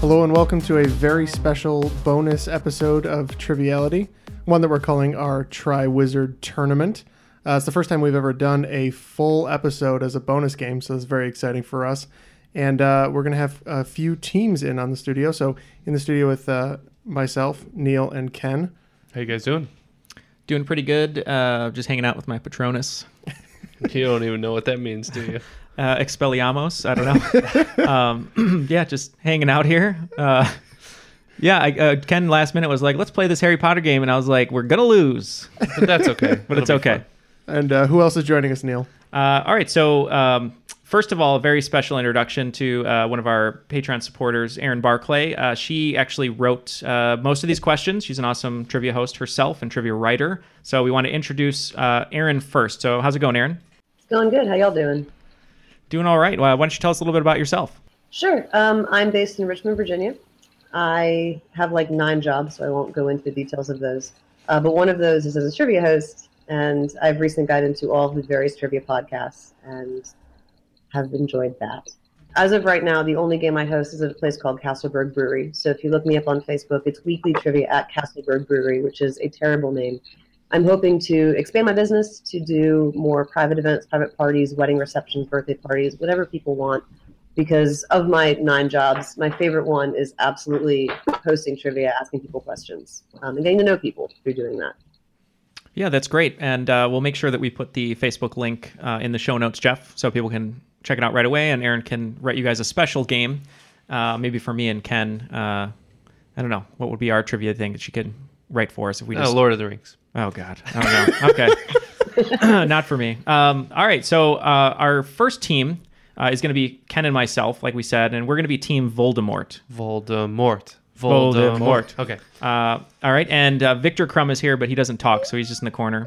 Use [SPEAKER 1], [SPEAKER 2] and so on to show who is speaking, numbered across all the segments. [SPEAKER 1] Hello and welcome to a very special bonus episode of Triviality, one that we're calling our Tri Wizard Tournament. Uh, it's the first time we've ever done a full episode as a bonus game, so it's very exciting for us. And uh, we're going to have a few teams in on the studio. So, in the studio with uh, myself, Neil, and Ken.
[SPEAKER 2] How you guys doing?
[SPEAKER 3] Doing pretty good. Uh, just hanging out with my Patronus,
[SPEAKER 2] You don't even know what that means, do you?
[SPEAKER 3] uh, Expelliarmus. I don't know. um, yeah, just hanging out here. Uh, yeah, I, uh, Ken last minute was like, "Let's play this Harry Potter game," and I was like, "We're gonna lose,
[SPEAKER 2] But that's okay.
[SPEAKER 3] but it's
[SPEAKER 2] It'll be
[SPEAKER 3] okay."
[SPEAKER 2] fun.
[SPEAKER 1] And uh, who else is joining us, Neil?
[SPEAKER 3] Uh, all right. So, um, first of all, a very special introduction to uh, one of our Patreon supporters, Erin Barclay. Uh, she actually wrote uh, most of these questions. She's an awesome trivia host herself and trivia writer. So, we want to introduce uh, Erin first. So, how's it going, Erin?
[SPEAKER 4] Going good. How y'all doing?
[SPEAKER 3] Doing all right. Well, why don't you tell us a little bit about yourself?
[SPEAKER 4] Sure. Um, I'm based in Richmond, Virginia. I have like nine jobs, so I won't go into the details of those. Uh, but one of those is as a trivia host, and I've recently gotten into all of the various trivia podcasts and have enjoyed that. As of right now, the only game I host is at a place called Castleberg Brewery. So if you look me up on Facebook, it's weekly trivia at Castleberg Brewery, which is a terrible name. I'm hoping to expand my business to do more private events, private parties, wedding receptions, birthday parties, whatever people want. Because of my nine jobs, my favorite one is absolutely hosting trivia, asking people questions, um, and getting to know people through doing that.
[SPEAKER 3] Yeah, that's great. And uh, we'll make sure that we put the Facebook link uh, in the show notes, Jeff, so people can check it out right away. And Aaron can write you guys a special game, uh, maybe for me and Ken. Uh, I don't know. What would be our trivia thing that she could write for us if we just.
[SPEAKER 2] Oh, Lord of the Rings.
[SPEAKER 3] Oh, God. I don't know. Okay. Not for me. Um, all right. So uh, our first team uh, is going to be Ken and myself, like we said, and we're going to be Team Voldemort.
[SPEAKER 2] Voldemort.
[SPEAKER 3] Voldemort.
[SPEAKER 2] Okay.
[SPEAKER 3] Uh, all right, and uh, Victor Crumb is here, but he doesn't talk, so he's just in the corner.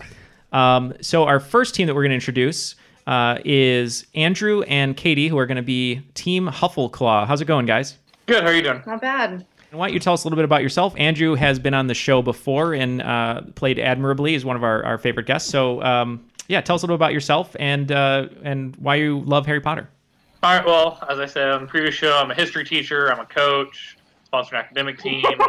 [SPEAKER 3] Um, so our first team that we're going to introduce uh, is Andrew and Katie, who are going to be Team Huffleclaw. How's it going, guys?
[SPEAKER 5] Good. How are you doing?
[SPEAKER 6] Not bad.
[SPEAKER 3] And why don't you tell us a little bit about yourself? Andrew has been on the show before and uh, played admirably. Is one of our, our favorite guests. So um, yeah, tell us a little about yourself and uh, and why you love Harry Potter.
[SPEAKER 5] All right. Well, as I said on the previous show, I'm a history teacher. I'm a coach. Sponsor an academic team. uh,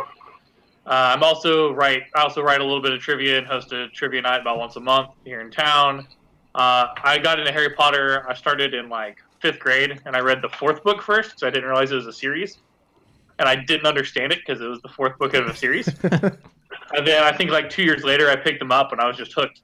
[SPEAKER 5] I'm also write. I also write a little bit of trivia and host a trivia night about once a month here in town. Uh, I got into Harry Potter. I started in like fifth grade, and I read the fourth book first because I didn't realize it was a series, and I didn't understand it because it was the fourth book of a series. and then I think like two years later, I picked them up, and I was just hooked.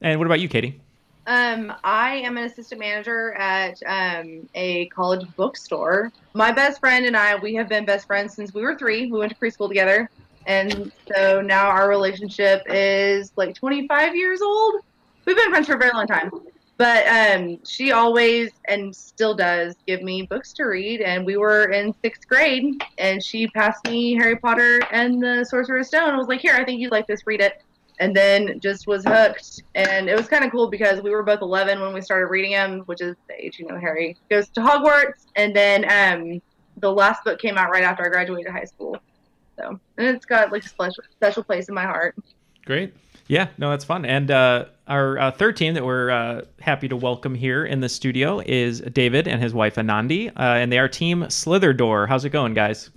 [SPEAKER 3] And what about you, Katie?
[SPEAKER 6] Um, I am an assistant manager at um, a college bookstore. My best friend and I, we have been best friends since we were three. We went to preschool together. And so now our relationship is like 25 years old. We've been friends for a very long time. But um, she always and still does give me books to read. And we were in sixth grade, and she passed me Harry Potter and the Sorcerer's Stone. I was like, Here, I think you'd like this. Read it and then just was hooked. And it was kind of cool because we were both 11 when we started reading him, which is the age you know Harry goes to Hogwarts. And then um, the last book came out right after I graduated high school. So, and it's got like a special, special place in my heart.
[SPEAKER 2] Great.
[SPEAKER 3] Yeah, no, that's fun. And uh, our uh, third team that we're uh, happy to welcome here in the studio is David and his wife Anandi, uh, and they are Team Slitherdoor. How's it going, guys?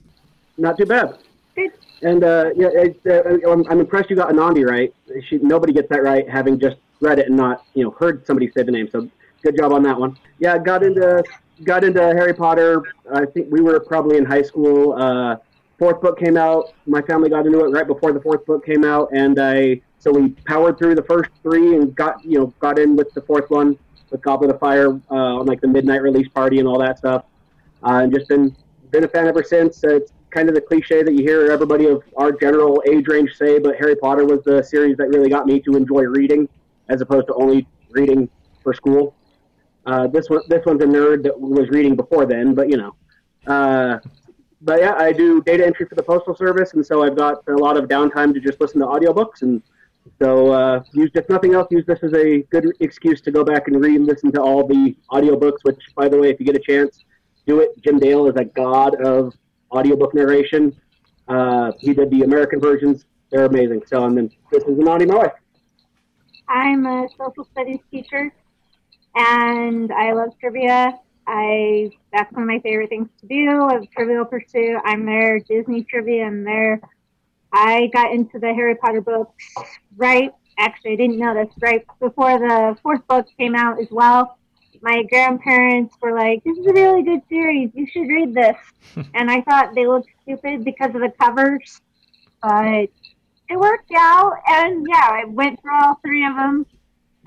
[SPEAKER 7] Not too bad.
[SPEAKER 8] Good.
[SPEAKER 7] And uh, yeah, it, uh, I'm, I'm impressed you got Anandi right. She, nobody gets that right, having just read it and not you know heard somebody say the name. So good job on that one. Yeah, got into got into Harry Potter. I think we were probably in high school. Uh, fourth book came out. My family got into it right before the fourth book came out, and I so we powered through the first three and got you know got in with the fourth one with Goblet of Fire uh, on like the midnight release party and all that stuff. Uh, and just been been a fan ever since. Uh, it's kind of the cliche that you hear everybody of our general age range say, but Harry Potter was the series that really got me to enjoy reading, as opposed to only reading for school. Uh, this one, this one's a nerd that was reading before then, but you know. Uh, but yeah, I do data entry for the postal service, and so I've got a lot of downtime to just listen to audiobooks. And so, uh, use if nothing else, use this as a good excuse to go back and re-listen to all the audiobooks. Which, by the way, if you get a chance, do it. Jim Dale is a god of audiobook narration. Uh, he did the American versions; they're amazing. So, I'm in, this is an audio my
[SPEAKER 9] I'm a social studies teacher, and I love trivia. I that's one of my favorite things to do. Of Trivial Pursuit, I'm there. Disney trivia, I'm there. I got into the Harry Potter books right. Actually, I didn't know this right before the fourth book came out as well. My grandparents were like, "This is a really good series. You should read this." and I thought they looked stupid because of the covers, but it worked out. And yeah, I went through all three of them,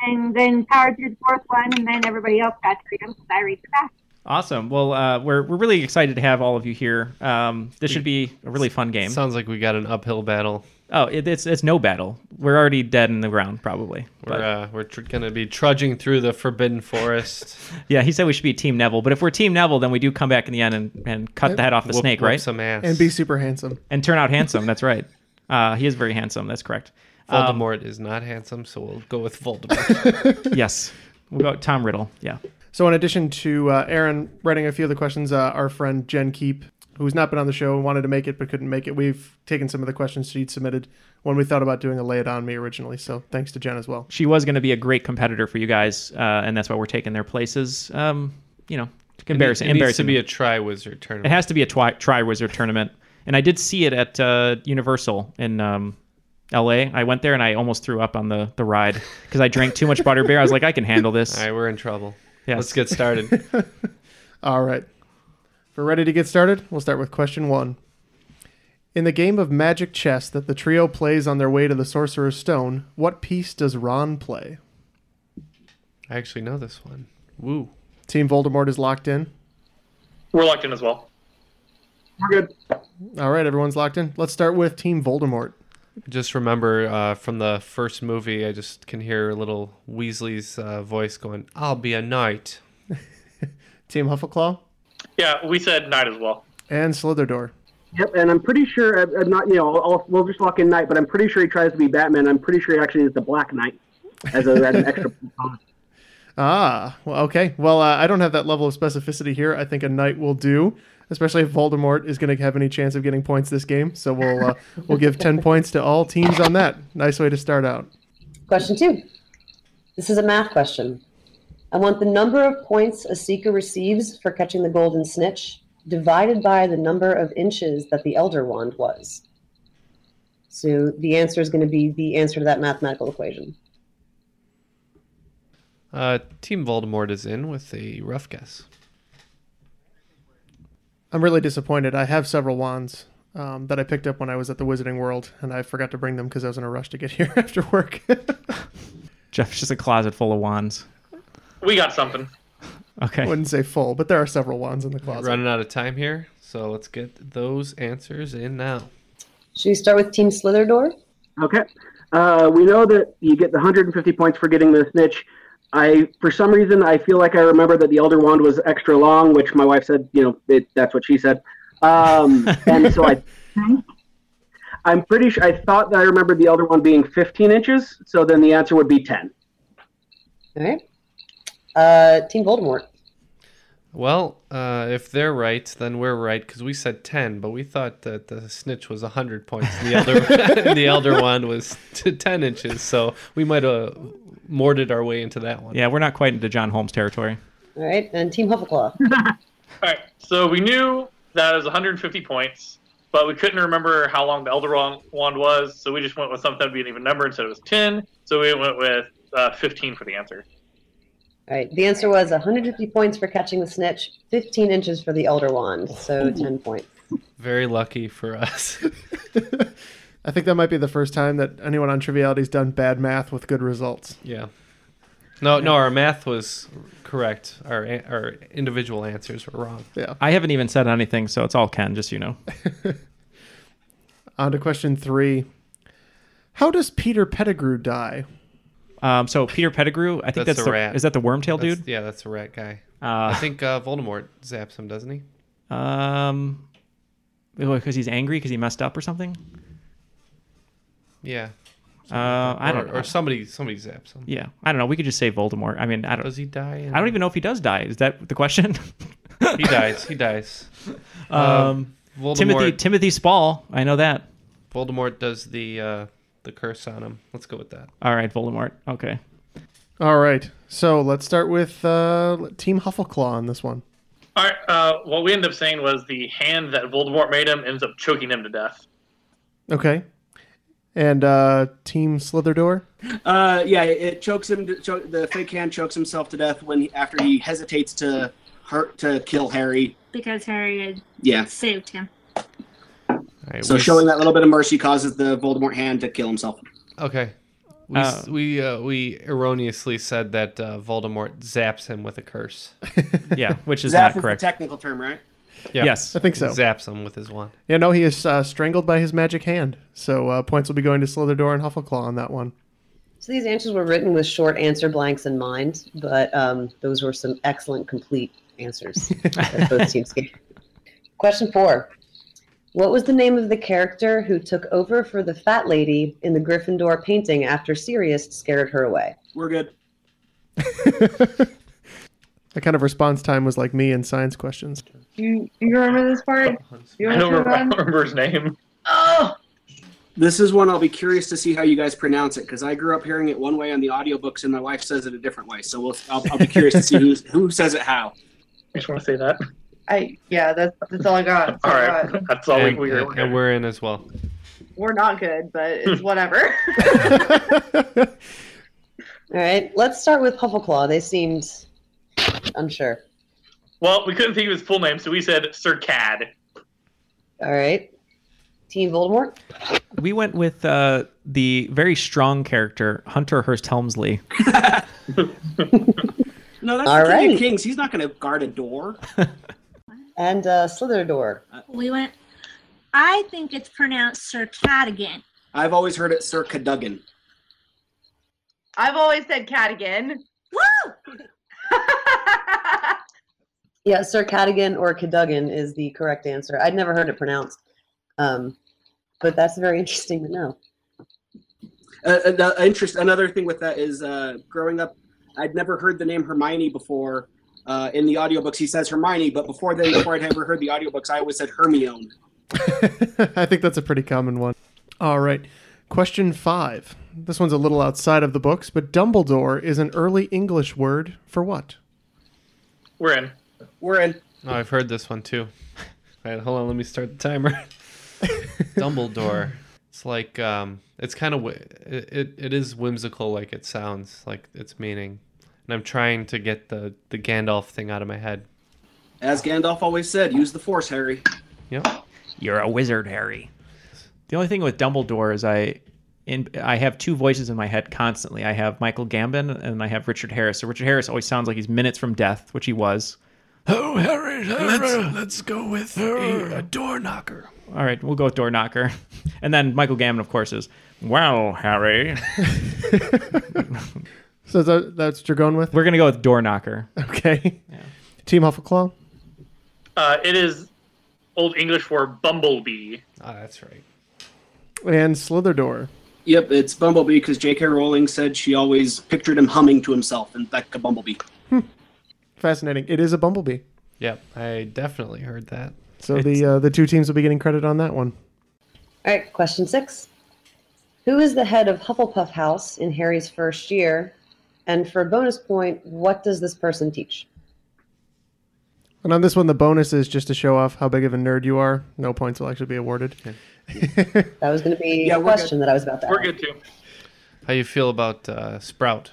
[SPEAKER 9] and then powered through the fourth one, and then everybody else got to read them because I read the back.
[SPEAKER 3] Awesome. Well, uh, we're we're really excited to have all of you here. Um, this should be a really fun game.
[SPEAKER 2] Sounds like we got an uphill battle.
[SPEAKER 3] Oh, it, it's it's no battle. We're already dead in the ground, probably.
[SPEAKER 2] We're
[SPEAKER 3] But,
[SPEAKER 2] uh, we're tr- gonna be trudging through the forbidden forest.
[SPEAKER 3] yeah, he said we should be Team Neville, but if we're Team Neville, then we do come back in the end and, and cut the head off the
[SPEAKER 2] Whoop-
[SPEAKER 3] snake,
[SPEAKER 2] whoop
[SPEAKER 3] right?
[SPEAKER 2] Some ass.
[SPEAKER 1] and be super handsome.
[SPEAKER 3] And turn out handsome. That's right. Uh, he is very handsome. That's correct. Um,
[SPEAKER 2] Voldemort is not handsome, so we'll go with Voldemort.
[SPEAKER 3] yes. We'll go Tom Riddle. Yeah.
[SPEAKER 1] So, in addition to uh, Aaron writing a few of the questions, uh, our friend Jen Keep, who's not been on the show and wanted to make it but couldn't make it, we've taken some of the questions she'd submitted when we thought about doing a Lay It On Me originally. So, thanks to Jen as well.
[SPEAKER 3] She was going to be a great competitor for you guys, uh, and that's why we're taking their places. Um, you know, embarrassing.
[SPEAKER 2] It needs to
[SPEAKER 3] embarrassing.
[SPEAKER 2] be a Tri Wizard tournament.
[SPEAKER 3] It has to be a twi- Tri Wizard tournament. And I did see it at uh, Universal in um, L.A. I went there and I almost threw up on the, the ride because I drank too much butterbeer. I was like, I can handle this.
[SPEAKER 2] All right, we're in trouble.
[SPEAKER 3] Yes.
[SPEAKER 2] Let's get started.
[SPEAKER 1] All right. If we're ready to get started, we'll start with question one. In the game of magic chess that the trio plays on their way to the Sorcerer's Stone, what piece does Ron play?
[SPEAKER 2] I actually know this one. Woo.
[SPEAKER 1] Team Voldemort is locked in.
[SPEAKER 5] We're locked in as well.
[SPEAKER 7] We're good.
[SPEAKER 1] All right, everyone's locked in. Let's start with Team Voldemort.
[SPEAKER 2] Just remember uh, from the first movie, I just can hear little Weasley's uh, voice going, I'll be a knight.
[SPEAKER 1] Team Huffleclaw
[SPEAKER 5] Yeah, we said night as well.
[SPEAKER 1] and Slitherdoor.
[SPEAKER 7] Yep, and I'm pretty sure I'm- I'm not. You know, I'll, I'll- we'll just lock in Knight, but I'm pretty sure he tries to be Batman. I'm pretty sure he actually is the Black Knight as, a, as an extra. bonus.
[SPEAKER 1] Ah, well, okay. Well, uh, I don't have that level of specificity here. I think a knight will do, especially if Voldemort is going to have any chance of getting points this game. So we'll uh, we'll give ten points to all teams on that. Nice way to start out.
[SPEAKER 4] Question two. This is a math question. I want the number of points a seeker receives for catching the golden snitch divided by the number of inches that the elder wand was. So the answer is going to be the answer to that mathematical equation.
[SPEAKER 2] Uh, Team Voldemort is in with a rough guess.
[SPEAKER 1] I'm really disappointed. I have several wands um, that I picked up when I was at the Wizarding World, and I forgot to bring them because I was in a rush to get here after work.
[SPEAKER 3] Jeff's just a closet full of wands.
[SPEAKER 5] We got something.
[SPEAKER 3] Okay.
[SPEAKER 1] I wouldn't say full, but there are several wands in the closet.
[SPEAKER 2] Running out of time here, so let's get those answers in now.
[SPEAKER 4] Should we start with Team Slitherdor?
[SPEAKER 7] Okay, uh, we know that you get the 150 points for getting the snitch. I, for some reason, I feel like I remember that the Elder Wand was extra long, which my wife said, you know, it, that's what she said. Um, and so I, I'm pretty sure I thought that I remembered the Elder Wand being 15 inches. So then the answer would be 10.
[SPEAKER 4] All right. Uh, Team Voldemort.
[SPEAKER 2] Well, uh, if they're right, then we're right because we said ten, but we thought that the snitch was hundred points. and The elder, the elder one was t- ten inches, so we might have mortared our way into that one.
[SPEAKER 3] Yeah, we're not quite into John Holmes territory.
[SPEAKER 4] All right, and Team Huffleclaw.
[SPEAKER 5] So we knew that it was 150 points, but we couldn't remember how long the Elder Wand wand was, so we just went with something that would be an even number and said it was 10. So we went with uh, 15 for the answer.
[SPEAKER 4] All right, the answer was 150 points for catching the snitch, 15 inches for the elder wand, so 10 points.
[SPEAKER 2] Very lucky for us.
[SPEAKER 1] I think that might be the first time that anyone on Triviality's done bad math with good results.
[SPEAKER 2] Yeah. No, no, our math was correct. Our a- our individual answers were wrong.
[SPEAKER 1] Yeah.
[SPEAKER 3] I haven't even said anything, so it's all Ken, just so you know.
[SPEAKER 1] On to question three. How does Peter Pettigrew die?
[SPEAKER 3] Um, so Peter Pettigrew, I think that's,
[SPEAKER 2] a
[SPEAKER 3] the
[SPEAKER 2] rat.
[SPEAKER 3] is that the Wormtail
[SPEAKER 2] That's-
[SPEAKER 3] dude?
[SPEAKER 2] Yeah, that's the rat guy.
[SPEAKER 3] Uh,
[SPEAKER 2] I think uh, Voldemort zaps him, doesn't he?
[SPEAKER 3] Um, because he's angry because he messed up or something.
[SPEAKER 2] Yeah.
[SPEAKER 3] Uh, I
[SPEAKER 2] Or-
[SPEAKER 3] don't.
[SPEAKER 2] Or somebody somebody zaps him.
[SPEAKER 3] yeah, I don't know. We could just say Voldemort. I mean, I don't.
[SPEAKER 2] Does he die? in-
[SPEAKER 3] I don't even know if he does die. Is that the question?
[SPEAKER 2] He dies. He dies. Uh,
[SPEAKER 3] um,
[SPEAKER 2] Voldemort.
[SPEAKER 3] Timothy Timothy Spall. I know that.
[SPEAKER 2] Voldemort does the uh, the curse on him. Let's go with that.
[SPEAKER 3] All right, Voldemort. Okay.
[SPEAKER 1] All right. So let's start with uh, Team Huffleclaw on this one.
[SPEAKER 5] All right, uh, what we ended up saying was the hand that Voldemort made him ends up choking him to death.
[SPEAKER 1] Okay. And uh, Team Slitherdoor.
[SPEAKER 10] Uh, yeah, it chokes him. To, choke, the fake hand chokes himself to death when he, after he hesitates to hurt to kill Harry.
[SPEAKER 11] because Harry had
[SPEAKER 10] Yeah.
[SPEAKER 11] saved him.
[SPEAKER 10] So showing that little bit of mercy causes the Voldemort hand to kill himself.
[SPEAKER 2] Okay. We s we uh, we erroneously said that uh, Voldemort zaps him with a curse.
[SPEAKER 3] Yeah, which is
[SPEAKER 10] Zap
[SPEAKER 3] not
[SPEAKER 10] is
[SPEAKER 3] correct.
[SPEAKER 10] the technical term, right?
[SPEAKER 2] Yeah.
[SPEAKER 3] Yes.
[SPEAKER 1] I think so.
[SPEAKER 2] Zaps him with his wand.
[SPEAKER 1] Yeah, no, he is uh, strangled by his magic hand. So uh, points will be going to Slitherdoor and Huffleclaw on that one.
[SPEAKER 4] So these answers were written with short answer blanks in mind, but um, those were some excellent complete answers that both teams gave. Question four. What was the name of the character who took over for the fat lady in the Gryffindor painting after Sirius scared her away?
[SPEAKER 10] We're good.
[SPEAKER 1] That kind of response time was like me in science questions.
[SPEAKER 6] You you remember this part? You
[SPEAKER 5] I don't,
[SPEAKER 6] remember
[SPEAKER 5] remember, I
[SPEAKER 6] that?
[SPEAKER 5] don't remember his name.
[SPEAKER 6] Oh,
[SPEAKER 10] This is one I'll be curious to see how you guys pronounce it because I grew up hearing it one way on the audiobooks and my wife says it a different way. So we'll, I'll, I'll be curious to see who's, who says it how.
[SPEAKER 5] I just want to say that.
[SPEAKER 6] I yeah. That's that's all I got. That's
[SPEAKER 5] All
[SPEAKER 6] all I
[SPEAKER 5] right,
[SPEAKER 1] Uh,
[SPEAKER 6] got.
[SPEAKER 5] that's all
[SPEAKER 2] and,
[SPEAKER 5] we, we were.
[SPEAKER 2] and- and we're in as well.
[SPEAKER 6] We're not good, but
[SPEAKER 5] Hmm.
[SPEAKER 6] it's whatever.
[SPEAKER 4] All right, let's start with Huffleclaw. They seemed unsure.
[SPEAKER 5] Well, we couldn't think of his full name, so we said Sir Cad.
[SPEAKER 4] All right, Team Voldemort.
[SPEAKER 3] We went with uh, the very strong character Hunter Hurst Helmsley.
[SPEAKER 10] No, that's
[SPEAKER 4] All
[SPEAKER 10] the King
[SPEAKER 4] right.
[SPEAKER 10] of Kings. He's not going to guard a door.
[SPEAKER 4] And uh, Slitherdor.
[SPEAKER 11] We went. I think it's pronounced Sir Cadigan.
[SPEAKER 10] I've always heard it Sir Cadogan.
[SPEAKER 6] I've always said Cadigan.
[SPEAKER 11] Woo!
[SPEAKER 4] Yeah, Sir Cadogan or Cadogan is the correct answer. I'd never heard it pronounced, um, but that's very interesting to know.
[SPEAKER 10] Uh, uh, interest, another thing with that is uh, growing up, I'd never heard the name Hermione before. Uh, in the audiobooks, he says Hermione, but before then, before I'd ever heard the audiobooks, I always said Hermione.
[SPEAKER 1] I think that's a pretty common one. All right. Question five. This one's a little outside of the books, but Dumbledore is an early English word for what?
[SPEAKER 5] We're in.
[SPEAKER 10] We're in.
[SPEAKER 2] No, I've heard this one too. All right, hold on. Let me start the timer. Dumbledore. It's like um, it's kind of it, it. It is whimsical, like it sounds, like its meaning. And I'm trying to get the the Gandalf thing out of my head.
[SPEAKER 10] As Gandalf always said, use the Force, Harry.
[SPEAKER 2] Yep.
[SPEAKER 3] You're a wizard, Harry. The only thing with Dumbledore is I in I have two voices in my head constantly. I have Michael Gambon and I have Richard Harris. So Richard Harris always sounds like he's minutes from death, which he was.
[SPEAKER 2] Oh, Harry, let's let's go with a, a door knocker.
[SPEAKER 3] All right, we'll go with door knocker. And then Michael Gambon, of course, is well, Harry.
[SPEAKER 1] So that, that's what you're going with?
[SPEAKER 3] We're gonna go with door knocker.
[SPEAKER 1] Okay. Team Huffleclaw?
[SPEAKER 5] Uh, it is Old English for bumblebee.
[SPEAKER 2] Ah, that's right.
[SPEAKER 1] And Slitherdoor.
[SPEAKER 10] Yep, it's Bumblebee because J.K. Rowling said she always pictured him humming to himself, and like a bumblebee.
[SPEAKER 1] Fascinating. It is a bumblebee.
[SPEAKER 2] Yep, I definitely heard that.
[SPEAKER 1] So the uh, the two teams will be getting credit on that one.
[SPEAKER 4] All right, question six. Who is the head of Hufflepuff House in Harry's first year? And for a bonus point, what does this person teach?
[SPEAKER 1] And on this one, the bonus is just to show off how big of a nerd you are. No points will actually be awarded.
[SPEAKER 4] That was going to be the question that I was about to
[SPEAKER 5] We're good too.
[SPEAKER 2] How you feel about uh, Sprout,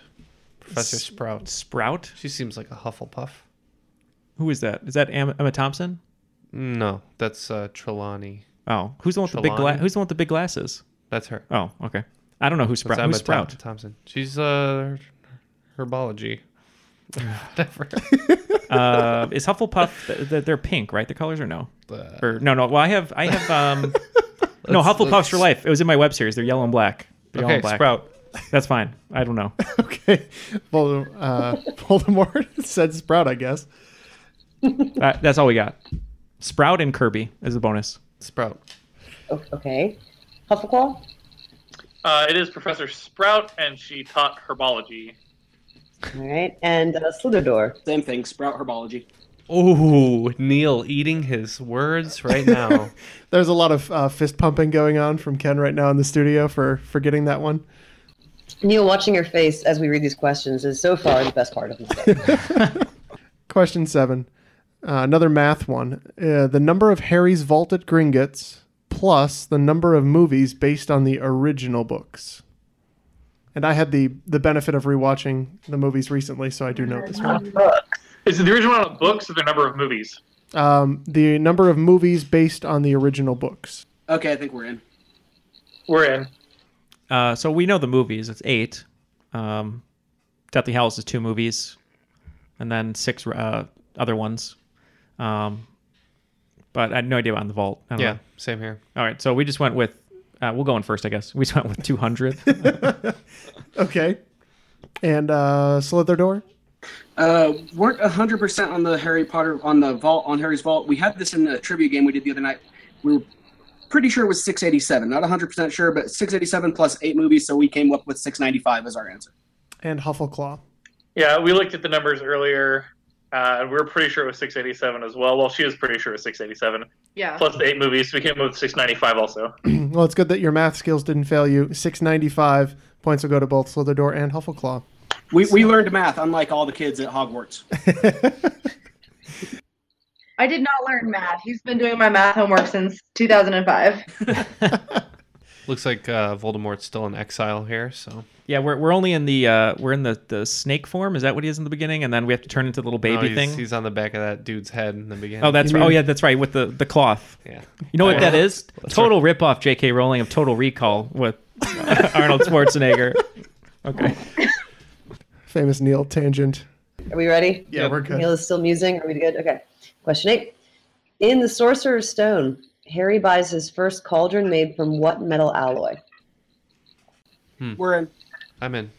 [SPEAKER 2] Professor Sprout?
[SPEAKER 3] Sprout?
[SPEAKER 2] She seems like a Hufflepuff.
[SPEAKER 3] Who is that? Is that Emma, Emma Thompson?
[SPEAKER 2] No, that's uh, Trelawney.
[SPEAKER 3] Oh, who's the one with the big gla-
[SPEAKER 2] Trelawney?
[SPEAKER 3] Who's the one with the big glasses?
[SPEAKER 2] That's her.
[SPEAKER 3] Oh, okay. I don't know who's Sprout.
[SPEAKER 2] That's
[SPEAKER 3] Who's
[SPEAKER 2] Emma Thom-
[SPEAKER 3] Sprout?
[SPEAKER 2] Thompson. She's uh, herbology. Whatever.
[SPEAKER 3] uh, is Hufflepuff? th- th- They're pink, right? The colors or no? Or no, no. Well, I have, I have. Um, no,
[SPEAKER 2] Let's-
[SPEAKER 3] Hufflepuffs for life. It was in my web series. They're yellow and black. They're yellow
[SPEAKER 2] Okay,
[SPEAKER 3] and black.
[SPEAKER 2] Sprout.
[SPEAKER 3] That's fine. I don't know.
[SPEAKER 1] okay, Voldem- uh, Voldemort said Sprout, I guess.
[SPEAKER 3] Uh, that's all we got. Sprout and Kirby as a bonus.
[SPEAKER 2] Sprout.
[SPEAKER 4] O- Oh, Okay. Hufflepuff?
[SPEAKER 5] Uh, it is Professor Sprout, and she taught herbology.
[SPEAKER 4] All right. And uh, Slitherdor.
[SPEAKER 10] Same thing. Sprout herbology.
[SPEAKER 2] Oh, Neil eating his words right now.
[SPEAKER 1] There's a lot of uh, fist pumping going on from Ken right now in the studio for for getting that one.
[SPEAKER 4] Neil, watching your face as we read these questions is so far the best part of my day.
[SPEAKER 1] Question seven, uh, another math one. Uh, the number of Harry's vaulted Gringotts plus the number of movies based on the original books. And I had the the benefit of rewatching the movies recently, so I do know this one.
[SPEAKER 5] Is it the original on the books or the number of movies?
[SPEAKER 1] Um, the number of movies based on the original books.
[SPEAKER 10] Okay, I think we're in.
[SPEAKER 5] We're in.
[SPEAKER 3] Uh, so we know the movies. It's eight. Um, Deathly Hallows is two movies, and then six uh, other ones. Um, but I had no idea about the vault. I don't
[SPEAKER 2] yeah,
[SPEAKER 3] know.
[SPEAKER 2] same here.
[SPEAKER 3] All right, so we just went with. Uh, we'll go in first, I guess. We just went with 200.
[SPEAKER 1] Okay. And uh, Slither
[SPEAKER 10] Uh, weren't hundred percent on the Harry Potter on the vault on Harry's vault. We had this in the trivia game we did the other night. We were pretty sure it was six eighty seven. Not hundred percent sure, but six eighty seven plus eight movies, so we came up with six ninety five as our answer.
[SPEAKER 1] and Huffleclaw.
[SPEAKER 5] Yeah, we looked at the numbers earlier. Uh, we were pretty sure it was 687 as well. Well, she was pretty sure it was 687.
[SPEAKER 6] Yeah.
[SPEAKER 5] Plus the eight movies, we came up with 695 also.
[SPEAKER 1] well, it's good that your math skills didn't fail you. 695 points will go to both Slither and Huffleclaw.
[SPEAKER 10] We we learned math, unlike all the kids at Hogwarts.
[SPEAKER 6] I did not learn math. He's been doing my math homework since 2005.
[SPEAKER 2] Looks like uh, Voldemort's still in exile here. So
[SPEAKER 3] yeah, we're, we're only in the uh, we're in the, the snake form. Is that what he is in the beginning? And then we have to turn into the little baby
[SPEAKER 2] No, Oh, he's,
[SPEAKER 3] thing.
[SPEAKER 2] He's on the back of that dude's head in the beginning.
[SPEAKER 3] Oh, that's
[SPEAKER 2] You
[SPEAKER 3] right. oh
[SPEAKER 2] mean-
[SPEAKER 3] yeah, that's right with the the cloth.
[SPEAKER 2] Yeah.
[SPEAKER 3] You know what that
[SPEAKER 2] Yeah.
[SPEAKER 3] is? Total rip ripoff, J.K. Rowling of Total Recall with Arnold Schwarzenegger. Okay.
[SPEAKER 1] Famous Neil tangent.
[SPEAKER 4] Are we ready?
[SPEAKER 1] Yeah, we're good.
[SPEAKER 4] Neil is still musing. Are we good? Okay. Question eight. In The Sorcerer's Stone, Harry buys his first cauldron made from what metal alloy?
[SPEAKER 10] We're in.
[SPEAKER 2] Hmm. I'm in.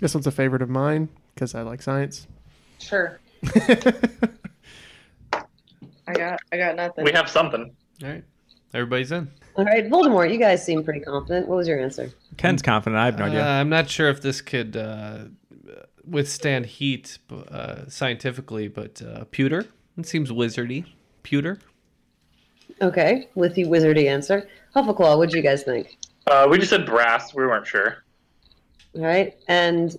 [SPEAKER 1] This one's a favorite of mine because I like science.
[SPEAKER 6] Sure. I got I got nothing.
[SPEAKER 5] We have something.
[SPEAKER 2] All right, everybody's in.
[SPEAKER 4] All right, Voldemort, you guys seem pretty confident. What was your answer?
[SPEAKER 3] Ken's
[SPEAKER 1] Mm.
[SPEAKER 3] confident. I have no
[SPEAKER 2] Uh,
[SPEAKER 3] idea.
[SPEAKER 2] I'm not sure if this could uh, withstand heat b- uh, scientifically, but uh, pewter. It seems wizardy. Pewter.
[SPEAKER 4] Okay, with the wizardy answer. Huffleclaw, what do you guys think?
[SPEAKER 5] Uh, we just said brass. We weren't sure.
[SPEAKER 4] All right, and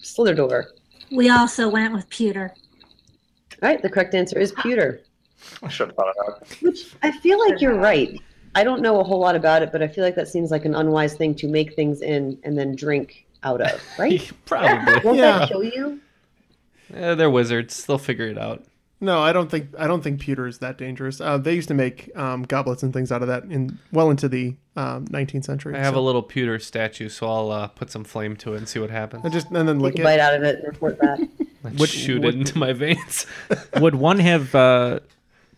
[SPEAKER 4] Slitherdor.
[SPEAKER 11] We also went with pewter.
[SPEAKER 4] All right, the correct answer is pewter.
[SPEAKER 5] I should have thought about it.
[SPEAKER 4] I feel like you're right. I don't know a whole lot about it, but I feel like that seems like an unwise thing to make things in and then drink out of, right?
[SPEAKER 2] Probably.
[SPEAKER 4] Won't
[SPEAKER 1] Yeah.
[SPEAKER 4] that kill you?
[SPEAKER 2] Eh, they're wizards. They'll figure it out.
[SPEAKER 1] No, I don't think I don't think pewter is that dangerous. Uh, they used to make um, goblets and things out of that in well into the um, 19th century.
[SPEAKER 2] I have
[SPEAKER 1] so-
[SPEAKER 2] a little pewter statue, so I'll uh, put some flame to it and see what happens.
[SPEAKER 1] and just and then lick
[SPEAKER 4] Take a
[SPEAKER 1] it.
[SPEAKER 4] bite out of it and report that.
[SPEAKER 2] Let's
[SPEAKER 3] Would-
[SPEAKER 2] shoot
[SPEAKER 3] would-
[SPEAKER 2] it into my veins.
[SPEAKER 3] would one have uh,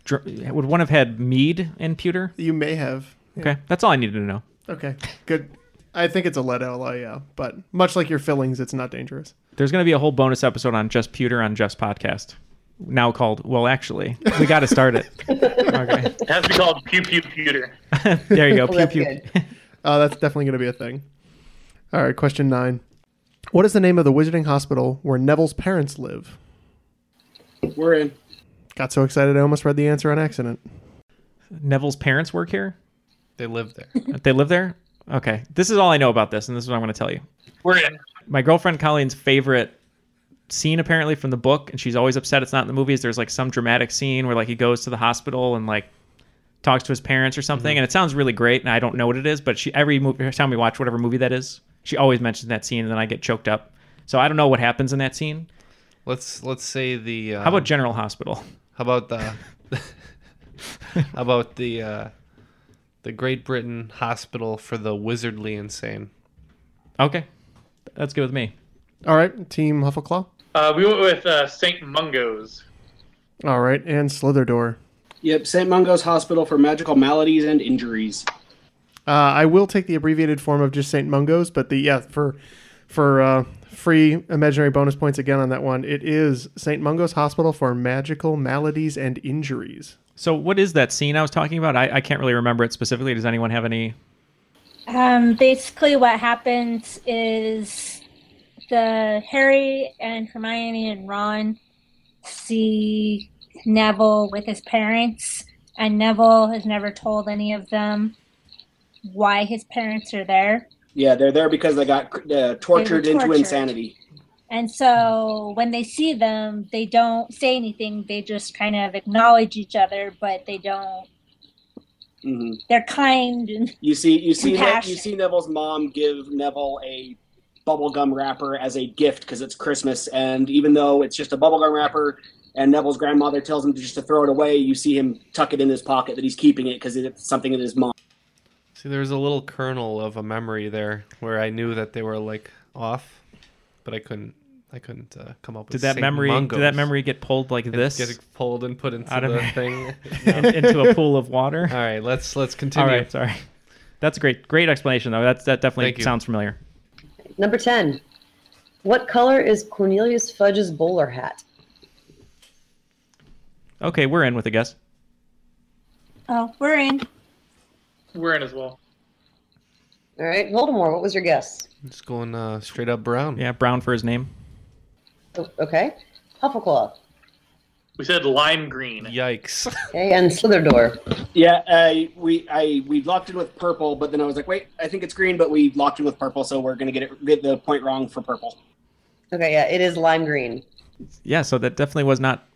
[SPEAKER 3] dr- would one have had mead and pewter?
[SPEAKER 1] You may have.
[SPEAKER 3] Okay, that's all I needed to know.
[SPEAKER 1] Okay. Good. I think it's a lead alloy, yeah. But much like your fillings, it's not dangerous.
[SPEAKER 3] There's going to be a whole bonus episode on just pewter on just podcast, now called well actually. We got to start it. Okay,
[SPEAKER 5] It has to be called Pew Pew Pewter.
[SPEAKER 3] there you go.
[SPEAKER 4] Well,
[SPEAKER 3] Pew
[SPEAKER 4] that's
[SPEAKER 3] pew.
[SPEAKER 4] good.
[SPEAKER 1] Uh, that's definitely going to be a thing. All right, question nine. What is the name of the wizarding hospital where Neville's parents live?
[SPEAKER 10] We're in.
[SPEAKER 1] Got so excited I almost read the answer on accident.
[SPEAKER 3] Neville's parents work here.
[SPEAKER 2] They live there.
[SPEAKER 3] they live there. Okay, this is all I know about this, and this is what I'm going to tell you.
[SPEAKER 5] We're in.
[SPEAKER 3] My girlfriend Colleen's favorite scene apparently from the book, and she's always upset it's not in the movies. There's like some dramatic scene where like he goes to the hospital and like talks to his parents or something,
[SPEAKER 5] Mm-hmm.
[SPEAKER 3] and it sounds really great. And I don't know what it is, but she every movie, every time we watch whatever movie that is, she always mentions that scene, and then I get choked up. So I don't know what happens in that scene.
[SPEAKER 2] Let's let's say the. Um,
[SPEAKER 3] How about General Hospital?
[SPEAKER 2] How about the? how about the? Uh, the Great Britain Hospital for the Wizardly Insane.
[SPEAKER 3] Okay, that's good with me.
[SPEAKER 1] All right, Team Huffleclaw.
[SPEAKER 5] Uh, we went with uh, St. Mungo's.
[SPEAKER 1] All right, and Slitherdoor.
[SPEAKER 7] Yep, St. Mungo's Hospital for Magical Maladies and Injuries.
[SPEAKER 1] Uh, I will take the abbreviated form of just St. Mungo's, but the yeah for for uh, free imaginary bonus points again on that one. It is St. Mungo's Hospital for Magical Maladies and Injuries.
[SPEAKER 3] So what is that scene I was talking about? I, I can't really remember it specifically. Does anyone have any?
[SPEAKER 11] Um, basically, what happens is the Harry and Hermione and Ron see Neville with his parents, and Neville has never told any of them why his parents are there.
[SPEAKER 7] Yeah, they're there because they got uh, tortured into
[SPEAKER 11] tortured.
[SPEAKER 7] insanity.
[SPEAKER 11] And so when they see them, they don't say anything. They just kind of acknowledge each other, but they don't.
[SPEAKER 7] hmm
[SPEAKER 10] Mm-hmm.
[SPEAKER 11] They're kind and
[SPEAKER 7] You see, you see, ne- you
[SPEAKER 11] Compassion.
[SPEAKER 7] see Neville's mom give Neville a bubblegum wrapper as a gift because it's Christmas, and even though it's just a bubblegum wrapper, and Neville's grandmother tells him just to throw it away, you see him tuck it in his pocket that he's keeping it because it's something that his mom.
[SPEAKER 2] See, there was a little kernel of a memory there where I knew that they were like off, but I couldn't. I couldn't uh, come up with.
[SPEAKER 3] Did that
[SPEAKER 2] St.
[SPEAKER 3] memory?
[SPEAKER 2] Mungo's.
[SPEAKER 3] Did that memory get pulled like
[SPEAKER 2] It's
[SPEAKER 3] this?
[SPEAKER 2] getting pulled and put into
[SPEAKER 3] out of
[SPEAKER 2] the thing
[SPEAKER 3] in- into a pool of water.
[SPEAKER 2] All right, let's let's
[SPEAKER 3] All
[SPEAKER 2] continue.
[SPEAKER 3] right, sorry. That's a great, great explanation though. That's that
[SPEAKER 2] Thank
[SPEAKER 3] definitely
[SPEAKER 2] you.
[SPEAKER 3] sounds familiar.
[SPEAKER 4] Number 10. What color is Cornelius Fudge's bowler hat?
[SPEAKER 3] Okay, we're in with a guess.
[SPEAKER 11] Oh, we're in.
[SPEAKER 5] We're in as well.
[SPEAKER 4] All right, Voldemort, what was your guess?
[SPEAKER 2] Just going uh, straight up brown.
[SPEAKER 3] Yeah, brown for his name.
[SPEAKER 4] O- Oh, Okay. Huffleclaw.
[SPEAKER 5] We said lime green.
[SPEAKER 2] Yikes.
[SPEAKER 4] Okay, and Slitherdoor.
[SPEAKER 7] Yeah, I we I we locked in with purple, but then I was like, wait, I think it's green, but we locked in with purple, so we're gonna get it get the point wrong for purple.
[SPEAKER 4] Okay, yeah, it is lime green.
[SPEAKER 3] Yeah, so that definitely was not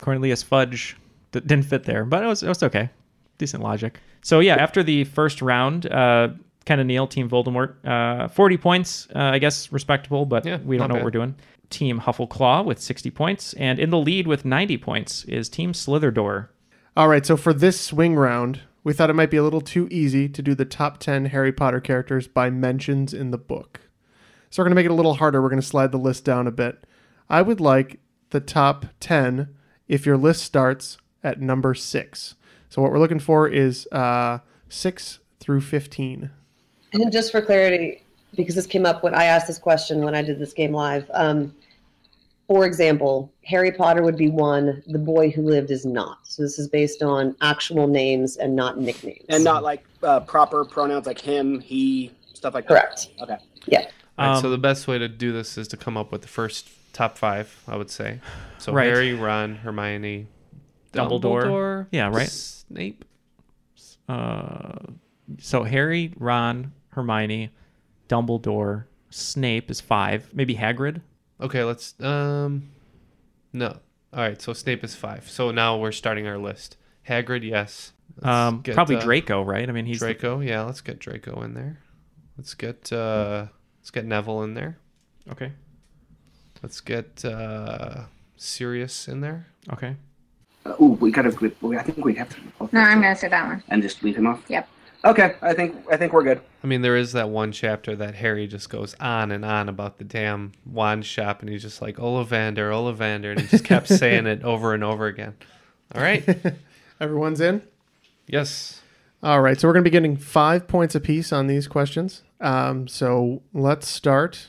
[SPEAKER 3] Cornelius Fudge. That didn't fit there, but it was it was okay. Decent logic. So yeah, after the first round, uh, Ken and Neil, Team Voldemort, uh, forty points. Uh, I guess respectable, but
[SPEAKER 2] Yeah,
[SPEAKER 3] we don't
[SPEAKER 2] not
[SPEAKER 3] know
[SPEAKER 2] bad.
[SPEAKER 3] what we're doing. Team Huffleclaw with sixty points, and in the lead with ninety points is Team Slitherdoor.
[SPEAKER 1] All right, so for this swing round, we thought it might be a little too easy to do the top 10 Harry Potter characters by mentions in the book. So we're going to make it a little harder. We're going to slide the list down a bit. I would like the top 10 if your list starts at number 6. So what we're looking for is uh, 6 through 15.
[SPEAKER 4] And just for clarity, because this came up when I asked this question when I did this game live. Um, for example, Harry Potter would be one, The Boy Who Lived is not. So this is based on actual names and not nicknames.
[SPEAKER 7] And not like uh, proper pronouns like him, he, stuff like
[SPEAKER 4] Correct.
[SPEAKER 7] that. Okay.
[SPEAKER 4] Yeah.
[SPEAKER 2] All right, so
[SPEAKER 3] Um,
[SPEAKER 2] the best way to do this is to come up with the first top five, I would say. So
[SPEAKER 3] Right.
[SPEAKER 2] Harry, Ron, Hermione,
[SPEAKER 3] Dumbledore. Yeah, right.
[SPEAKER 2] Snape.
[SPEAKER 3] Uh, so Harry, Ron, Hermione, Dumbledore, Snape is five. Maybe Hagrid.
[SPEAKER 2] Okay, let's. Um, no. All right, so Snape is five. So now we're starting our list. Hagrid, yes. Let's
[SPEAKER 3] Um,
[SPEAKER 2] get,
[SPEAKER 3] probably
[SPEAKER 2] uh,
[SPEAKER 3] Draco, right? I mean, he's the-
[SPEAKER 2] Draco, yeah. Let's get Draco in there. Let's get uh, let's get Neville in there.
[SPEAKER 3] okay.
[SPEAKER 2] Let's get uh, Sirius in there.
[SPEAKER 3] Okay.
[SPEAKER 7] Uh, ooh, we gotta. We, we- I think we have to.
[SPEAKER 6] No, I'm gonna say that one.
[SPEAKER 7] And just leave him off.
[SPEAKER 6] Yep.
[SPEAKER 7] Okay, I think I think we're good.
[SPEAKER 2] I mean, there is that one chapter that Harry just goes on and on about the damn wand shop, and he's just like Ollivander, Ollivander, and he just kept saying it over and over again. All right.
[SPEAKER 1] Everyone's in?
[SPEAKER 2] Yes.
[SPEAKER 1] All right, so we're going to be getting five points apiece on these questions. Um, so let's start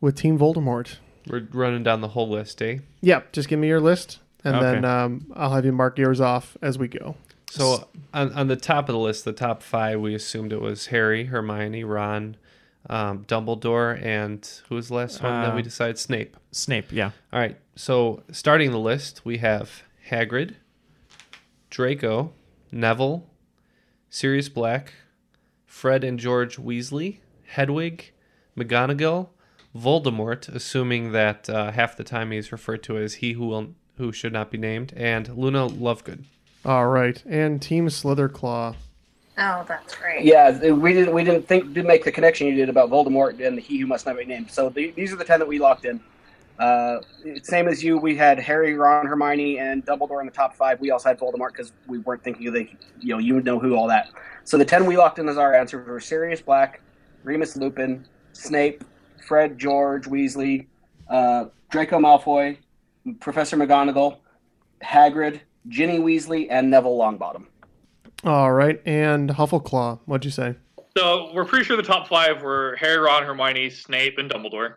[SPEAKER 1] with Team Voldemort.
[SPEAKER 2] We're running down the whole list, eh?
[SPEAKER 1] Yep, just give me your list, and
[SPEAKER 2] Okay.
[SPEAKER 1] then um, I'll have you mark yours off as we go.
[SPEAKER 2] So on, on the top of the list, the top five, we assumed it was Harry, Hermione, Ron, um, Dumbledore, and who was the last one that
[SPEAKER 3] Uh,
[SPEAKER 2] we decided? Snape.
[SPEAKER 3] Snape, yeah.
[SPEAKER 2] All right. So starting the list, we have Hagrid, Draco, Neville, Sirius Black, Fred and George Weasley, Hedwig, McGonagall, Voldemort, assuming that uh, half the time he's referred to as he who will who should not be named, and Luna Lovegood.
[SPEAKER 1] All right, and Team Slitherclaw.
[SPEAKER 11] Oh, that's right.
[SPEAKER 7] Yeah, th- we didn't we didn't think didn't make the connection you did about Voldemort and he who must not be named. So the, these are the ten that we locked in. Uh, same as you, we had Harry, Ron, Hermione, and Dumbledore in the top five. We also had Voldemort because we weren't thinking they you know you would know who all that. So the ten we locked in as our answers were Sirius Black, Remus Lupin, Snape, Fred, George Weasley, uh, Draco Malfoy, Professor McGonagall, Hagrid, Ginny Weasley, and Neville Longbottom.
[SPEAKER 1] All right, and Huffleclaw. What'd you say?
[SPEAKER 5] So we're pretty sure the top five were Harry, Ron, Hermione, Snape, and Dumbledore.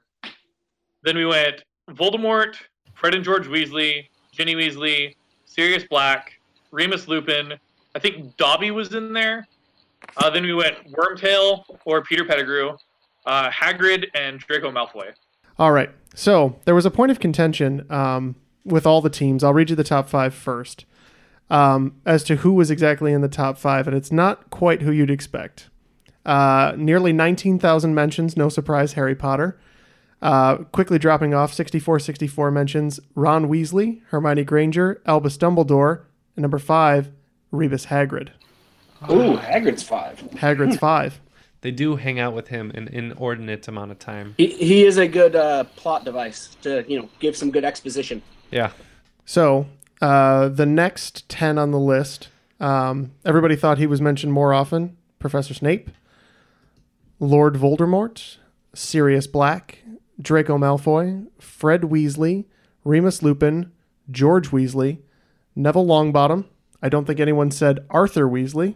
[SPEAKER 5] Then we went Voldemort, Fred and George Weasley, Ginny Weasley, Sirius Black, Remus Lupin. I think Dobby was in there. Uh, then we went Wormtail or Peter Pettigrew, uh, Hagrid, and Draco Malfoy.
[SPEAKER 1] All right. So there was a point of contention um, with all the teams. I'll read you the top five first um, as to who was exactly in the top five, and it's not quite who you'd expect. Uh, nearly 19,000 mentions, no surprise, Harry Potter. Uh, quickly dropping off 64 64 mentions, Ron Weasley, Hermione Granger, Albus Dumbledore, and number five, Rebus Hagrid.
[SPEAKER 7] Ooh, Hagrid's five. Hmm.
[SPEAKER 1] Hagrid's five.
[SPEAKER 2] They do hang out with him an inordinate amount of time.
[SPEAKER 7] He, he is a good uh, plot device to you know give some good exposition.
[SPEAKER 2] Yeah.
[SPEAKER 1] So uh, the next 10 on the list, um, everybody thought he was mentioned more often Professor Snape, Lord Voldemort, Sirius Black, Draco Malfoy, Fred Weasley, Remus Lupin, George Weasley, Neville Longbottom. I don't think anyone said Arthur Weasley.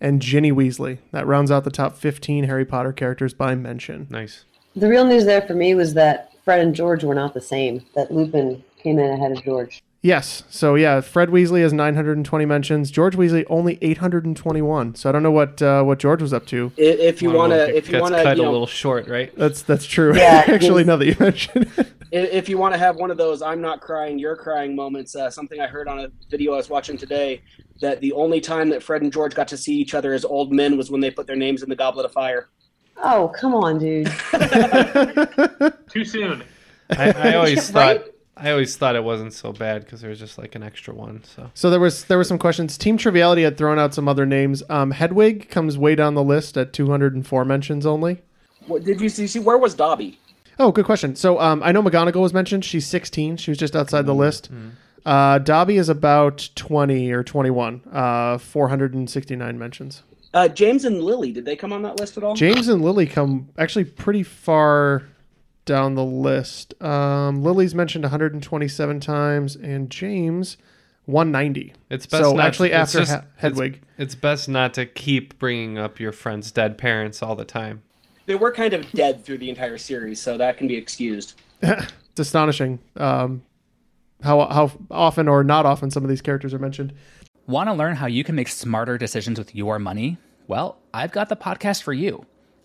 [SPEAKER 1] And Ginny Weasley. That rounds out the top 15 Harry Potter characters by mention.
[SPEAKER 2] Nice.
[SPEAKER 4] The real news there for me was that Fred and George were not the same. That Lupin came in ahead of George.
[SPEAKER 1] Yes. So yeah, Fred Weasley has 920 mentions. George Weasley only 821. So I don't know what uh, what George was up to.
[SPEAKER 7] I- If you want to, if you
[SPEAKER 2] Gets
[SPEAKER 7] want to,
[SPEAKER 2] cut
[SPEAKER 7] you
[SPEAKER 2] a
[SPEAKER 7] know,
[SPEAKER 2] little short, right?
[SPEAKER 1] That's that's true.
[SPEAKER 7] Yeah,
[SPEAKER 1] Actually,
[SPEAKER 7] it's-
[SPEAKER 1] now that you mention it.
[SPEAKER 7] i- if you want to have one of those "I'm not crying, you're crying" moments, uh, something I heard on a video I was watching today that the only time that Fred and George got to see each other as old men was when they put their names in the Goblet of Fire.
[SPEAKER 4] Oh, come on, dude.
[SPEAKER 5] Too soon.
[SPEAKER 2] I, I always
[SPEAKER 4] Right?
[SPEAKER 2] thought I always thought it wasn't so bad because there was just like an extra one. So
[SPEAKER 1] So there was there were some questions. Team Triviality had thrown out some other names. Um, Hedwig comes way down the list at 204 mentions only.
[SPEAKER 7] What, did you see, see? Where was Dobby?
[SPEAKER 1] Oh, good question. So um, I know McGonagall was mentioned. She's 16. She was just outside
[SPEAKER 2] Mm-hmm.
[SPEAKER 1] the list. Uh, Dobby is about 20 or 21. Uh, 469 mentions.
[SPEAKER 7] Uh, James and Lily, did they come on that list at all?
[SPEAKER 1] James and Lily come actually pretty far down the list. Um, Lily's mentioned 127 times, and James 190.
[SPEAKER 2] it's best.
[SPEAKER 1] so
[SPEAKER 2] not
[SPEAKER 1] actually
[SPEAKER 2] to, it's
[SPEAKER 1] after
[SPEAKER 2] just-
[SPEAKER 1] He- Hedwig.
[SPEAKER 2] it's, it's best not to keep bringing up your friend's dead parents all the time.
[SPEAKER 7] They were kind of dead through the entire series, so that can be excused.
[SPEAKER 1] It's astonishing um, how how often or not often some of these characters are mentioned.
[SPEAKER 12] Want to learn how you can make smarter decisions with your money? Well, I've got the podcast for you.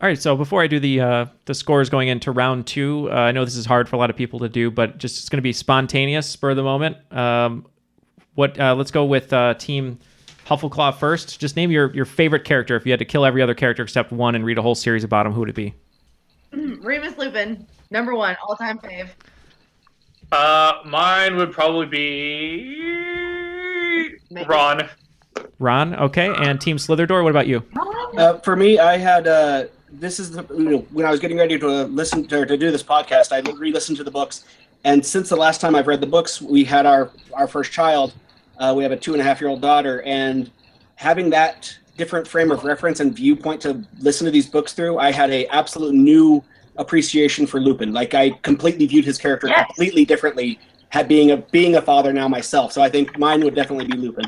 [SPEAKER 3] All right, so before I do the uh, the scores going into round two, uh, I know this is hard for a lot of people to do, but just it's going to be spontaneous, spur of the moment. Um, what? Uh, let's go with uh, Team Huffleclaw first. Just name your your favorite character. If you had to kill every other character except one and read a whole series about him, who would it be?
[SPEAKER 6] Mm-hmm. Remus Lupin, number one, all time fave.
[SPEAKER 5] Uh, mine would probably be Ron.
[SPEAKER 3] Ron. Okay, and Team Slitherdoor. What about you?
[SPEAKER 7] Uh, for me, I had uh, this is the you know, when I was getting ready to uh, listen to, to do this podcast, I re-listened to the books, and since the last time I've read the books, we had our our first child. Uh, we have a two and a half year old daughter, and having that different frame of reference and viewpoint to listen to these books through, I had a absolute new appreciation for Lupin. Like I completely viewed his character completely differently, had being a being a father now myself. So I think mine would definitely be Lupin.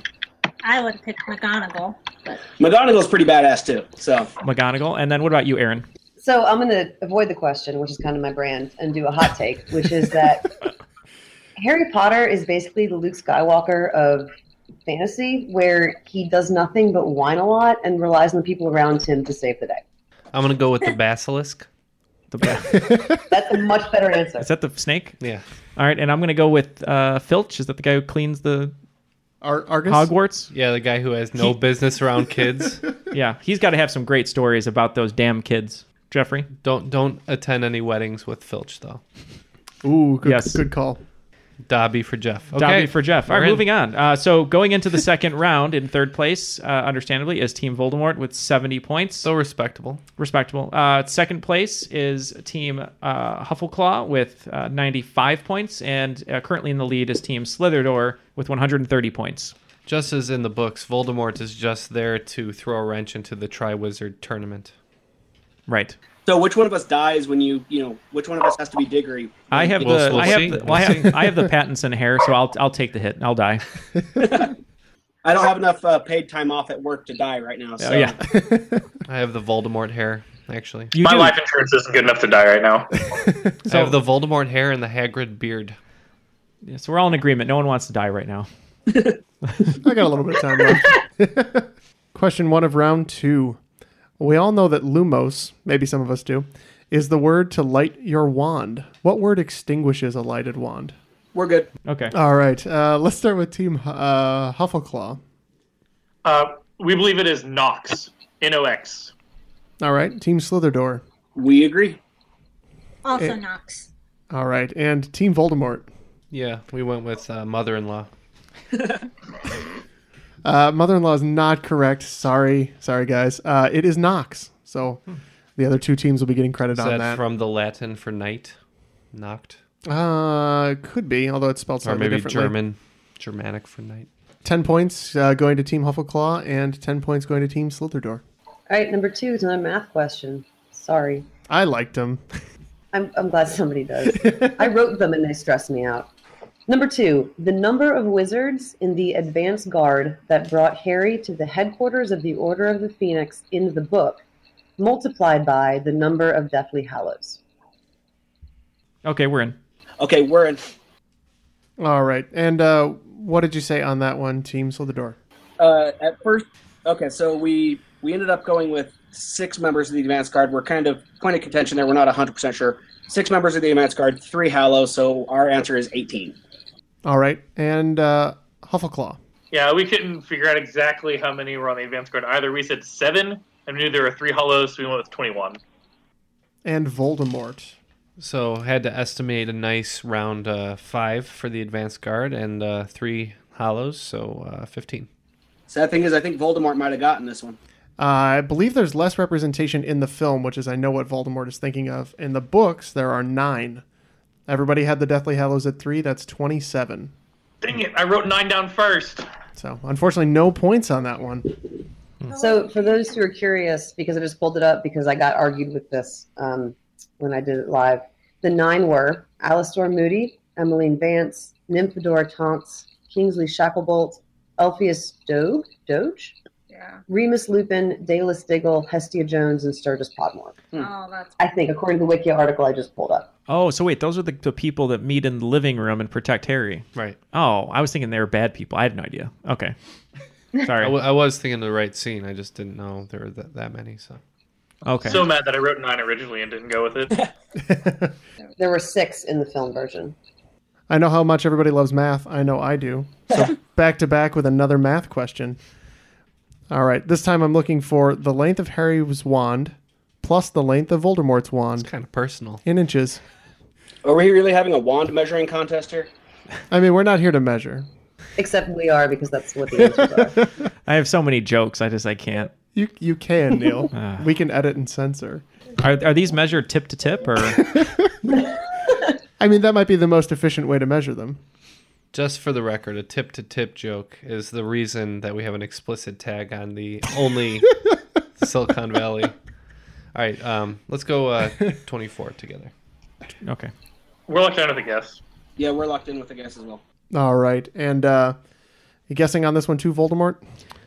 [SPEAKER 11] I would pick McGonagall. But
[SPEAKER 7] McGonagall's pretty badass too. So
[SPEAKER 3] McGonagall. And then what about you, Aaron?
[SPEAKER 4] So I'm going to avoid the question, which is kind of my brand, and do a hot take, which is that Harry Potter is basically the Luke Skywalker of fantasy, where he does nothing but whine a lot and relies on the people around him to save the day.
[SPEAKER 2] I'm gonna go with the basilisk.
[SPEAKER 3] The ba-
[SPEAKER 4] That's a much better answer.
[SPEAKER 3] is that the snake? Yeah. All right, and I'm going to go with uh, Filch. Is that the guy who cleans the
[SPEAKER 1] Ar- Argus?
[SPEAKER 3] Hogwarts?
[SPEAKER 2] Yeah, the guy who has no business around kids.
[SPEAKER 3] yeah, he's got to have some great stories about those damn kids. Jeffrey,
[SPEAKER 2] don't don't attend any weddings with Filch though.
[SPEAKER 1] Ooh, good,
[SPEAKER 3] Yes.
[SPEAKER 1] good call.
[SPEAKER 2] Dobby for Jeff. Okay.
[SPEAKER 3] Dobby for Jeff. All
[SPEAKER 2] We're
[SPEAKER 3] right,
[SPEAKER 2] in.
[SPEAKER 3] moving on. Uh, so going into the second round in third place, uh, understandably, is Team Voldemort with 70 points. So
[SPEAKER 2] respectable.
[SPEAKER 3] Respectable. Uh, second place is Team uh, Huffleclaw with uh, 95 points, and uh, currently in the lead is Team Slitherdor with 130 points.
[SPEAKER 2] Just as in the books, Voldemort is just there to throw a wrench into the Triwizard tournament.
[SPEAKER 3] Right.
[SPEAKER 7] So which one of us dies when you you know which one of us has to be Diggory?
[SPEAKER 3] I have
[SPEAKER 2] We'll-
[SPEAKER 3] the
[SPEAKER 2] we'll
[SPEAKER 3] I have
[SPEAKER 2] see.
[SPEAKER 3] the, well,
[SPEAKER 2] We'll
[SPEAKER 3] I
[SPEAKER 2] see.
[SPEAKER 3] have I have the Pattinson hair, so I'll I'll take the hit. I'll die.
[SPEAKER 7] I don't have enough uh, paid time off at work to die right now. So.
[SPEAKER 3] Oh, yeah.
[SPEAKER 2] I have the Voldemort hair, actually.
[SPEAKER 3] You My do. life
[SPEAKER 5] insurance isn't good enough to die right now.
[SPEAKER 2] I have the Voldemort hair and the Hagrid beard.
[SPEAKER 3] Yeah, so we're all in agreement. No one wants to die right now.
[SPEAKER 1] I got a little bit of time left. Question one of round two. We all know that lumos, maybe some of us do, is the word to light your wand. What word extinguishes a lighted wand?
[SPEAKER 7] We're good.
[SPEAKER 3] Okay.
[SPEAKER 1] All right, uh, let's start with Team uh, Huffleclaw.
[SPEAKER 5] Uh, we believe it is Nox. N O X.
[SPEAKER 1] All right, Team Slitherdoor.
[SPEAKER 7] We agree.
[SPEAKER 11] also
[SPEAKER 1] Eh.
[SPEAKER 11] Knox.
[SPEAKER 1] All right, and Team Voldemort.
[SPEAKER 2] Yeah, we went with uh, mother-in-law.
[SPEAKER 1] Uh, mother-in-law is not correct. Sorry, sorry guys. Uh, it is Knox. So the other two teams will be getting credit
[SPEAKER 2] Is
[SPEAKER 1] on
[SPEAKER 2] that,
[SPEAKER 1] that.
[SPEAKER 2] from the Latin for night? Knocked?
[SPEAKER 1] Uh, could be, although it's spelled
[SPEAKER 2] Or
[SPEAKER 1] slightly
[SPEAKER 2] maybe
[SPEAKER 1] differently.
[SPEAKER 2] German. Germanic for night.
[SPEAKER 1] 10 points uh, going to Team Huffleclaw and 10 points going to Team Slitherdor.
[SPEAKER 4] All right, number two is another math question. Sorry.
[SPEAKER 1] I liked them.
[SPEAKER 4] I'm, I'm glad somebody does. I wrote them and they stress me out. Number two, the number of wizards in the advance guard that brought Harry to the headquarters of the Order of the Phoenix in the book, multiplied by the number of Deathly Hallows.
[SPEAKER 3] Okay, we're in.
[SPEAKER 7] Okay, we're in.
[SPEAKER 1] All right. And uh, what did you say on that one, Team Slitherdor?
[SPEAKER 7] Uh, at first, okay, so we we ended up going with six members of the advance guard. We're kind of point of contention there. We're not hundred percent sure. Six members of the advance guard, three hallow. So our answer is eighteen.
[SPEAKER 1] All right. And uh, Huffleclaw.
[SPEAKER 5] Yeah, we couldn't figure out exactly how many were on the advance guard either. We said seven, and we knew there were three hollows, so we went with 21.
[SPEAKER 1] And Voldemort.
[SPEAKER 2] So had to estimate a nice round uh, five for the advanced guard and uh, three hollows, so uh, 15.
[SPEAKER 7] Sad thing is, I think Voldemort might have gotten this one.
[SPEAKER 1] Uh, I believe there's less representation in the film, which is I know what Voldemort is thinking of. In the books, there are nine. Everybody had the Deathly Hallows at three. That's 27.
[SPEAKER 5] Dang it! I wrote nine down first.
[SPEAKER 1] So, unfortunately, no points on that one.
[SPEAKER 4] So, for those who are curious, because I just pulled it up because I got argued with this um, when I did it live, the nine were Alastor Moody, Emmeline Vance, Nymphadora Tonks, Kingsley Shacklebolt, Elpheus Doge, Doge?
[SPEAKER 6] Yeah.
[SPEAKER 4] Remus Lupin, Daedalus Diggle, Hestia Jones, and Sturgis Podmore.
[SPEAKER 6] Oh, that's
[SPEAKER 4] I think, according to the Wiki article I just pulled up.
[SPEAKER 3] Oh, so wait, those are the, the people that meet in the living room and protect Harry.
[SPEAKER 2] Right.
[SPEAKER 3] Oh, I was thinking they were bad people. I had no idea. Okay.
[SPEAKER 2] I,
[SPEAKER 3] Sorry.
[SPEAKER 2] w- I was thinking the right scene. I just didn't know there were that, that many. So
[SPEAKER 3] Okay.
[SPEAKER 5] So mad that I wrote nine originally and didn't go with it.
[SPEAKER 4] There were six in the film version.
[SPEAKER 1] I know how much everybody loves math. I know I do. So back to back with another math question. All right, this time I'm looking for the length of Harry's wand plus the length of Voldemort's wand. It's
[SPEAKER 2] kind of personal.
[SPEAKER 1] In inches.
[SPEAKER 7] Are we really having a wand measuring contest here?
[SPEAKER 1] I mean, we're not here to measure.
[SPEAKER 4] Except we are, because that's what the answers are.
[SPEAKER 3] I have so many jokes. I just I can't.
[SPEAKER 1] You you can, Neil.
[SPEAKER 3] Ah.
[SPEAKER 1] we can edit and censor.
[SPEAKER 3] Are are these measured tip to tip or
[SPEAKER 1] I mean, that might be the most efficient way to measure them.
[SPEAKER 2] Just for the record, a tip to tip joke is the reason that we have an explicit tag on the only Silicon Valley. All right, um, let's go uh, 24 together.
[SPEAKER 3] Okay.
[SPEAKER 5] We're locked in with a guess.
[SPEAKER 7] Yeah, we're locked in with a guess as well.
[SPEAKER 1] All right, and uh, you guessing on this one too, Voldemort?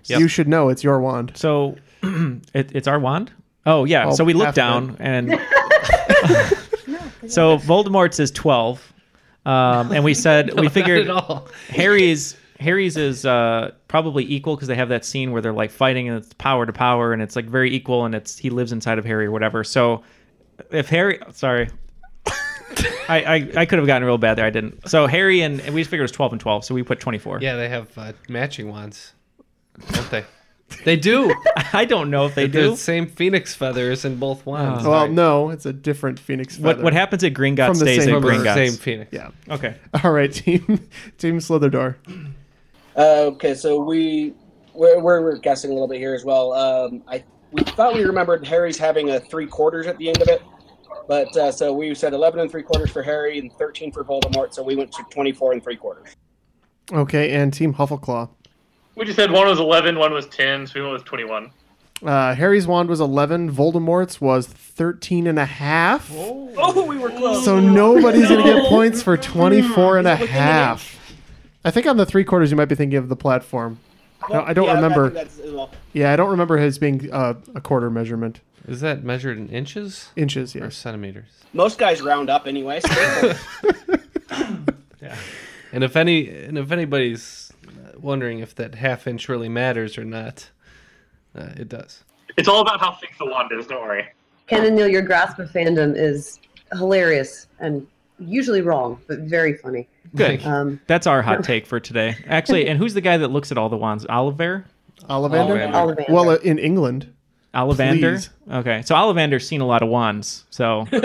[SPEAKER 3] Yep.
[SPEAKER 1] You should know it's your wand.
[SPEAKER 3] So it, it's our wand? Oh yeah.
[SPEAKER 1] Oh,
[SPEAKER 3] so we
[SPEAKER 1] half
[SPEAKER 3] look down and so Voldemort's is twelve, um, and we said
[SPEAKER 2] No,
[SPEAKER 3] we
[SPEAKER 2] not
[SPEAKER 3] figured
[SPEAKER 2] at all.
[SPEAKER 3] Harry's Harry's is uh, probably equal because they have that scene where they're like fighting and it's power to power and it's like very equal and it's he lives inside of Harry or whatever. So if Harry, sorry. I, I, I could have gotten real bad there. I didn't. So Harry and and we just figured it was twelve and twelve, so we put twenty four.
[SPEAKER 2] Yeah, they have uh, matching wands, don't they? They do.
[SPEAKER 3] I don't know if they
[SPEAKER 2] They're
[SPEAKER 3] do.
[SPEAKER 2] the same phoenix feathers in both wands.
[SPEAKER 1] well,
[SPEAKER 2] All right.
[SPEAKER 1] no, it's a different Phoenix.
[SPEAKER 3] What-
[SPEAKER 1] feather.
[SPEAKER 3] what happens at Gringotts
[SPEAKER 1] From the
[SPEAKER 3] stays
[SPEAKER 1] same
[SPEAKER 3] at
[SPEAKER 1] bird.
[SPEAKER 3] Gringotts.
[SPEAKER 2] Same Phoenix.
[SPEAKER 1] Yeah.
[SPEAKER 3] Okay.
[SPEAKER 1] All right, team, team Slitherdoor.
[SPEAKER 7] Uh, okay, so we we're, we're we're guessing a little bit here as well. Um, I we thought we remembered Harry's having a three quarters at the end of it, but uh, so we said eleven and three quarters for Harry and thirteen for Voldemort. So we went to twenty four and three quarters.
[SPEAKER 1] Okay, and team Huffleclaw.
[SPEAKER 5] We just said one was 11, one was 10, so we went with 21.
[SPEAKER 1] Uh, Harry's wand was 11. Voldemort's was 13 and a half.
[SPEAKER 7] Oh, we were close.
[SPEAKER 1] So nobody's going to get points for 24 and a half. I think on the three quarters, you might be thinking of the platform. No, I don't
[SPEAKER 7] Yeah, I
[SPEAKER 1] remember.
[SPEAKER 7] think that's- well.
[SPEAKER 1] yeah, I don't remember his being uh, a quarter measurement.
[SPEAKER 2] Is that measured in inches?
[SPEAKER 1] Inches, yeah.
[SPEAKER 2] Or centimeters?
[SPEAKER 7] Most guys round up anyway. So
[SPEAKER 2] And if any, and if anybody's uh, wondering if that half inch really matters or not, uh, it does.
[SPEAKER 5] It's all about how thick the wand is, don't worry.
[SPEAKER 4] Ken and Neil, your grasp of fandom is hilarious and usually wrong, but very funny.
[SPEAKER 3] Good.
[SPEAKER 4] Um,
[SPEAKER 3] That's our hot take for today. Actually, and who's the guy that looks at all the wands? Oliver?
[SPEAKER 1] Ollivander?
[SPEAKER 4] Ollivander. Ollivander.
[SPEAKER 1] Well, uh, in England.
[SPEAKER 3] Ollivander?
[SPEAKER 1] Please.
[SPEAKER 3] Okay. So Ollivander's seen a lot of wands. So
[SPEAKER 4] He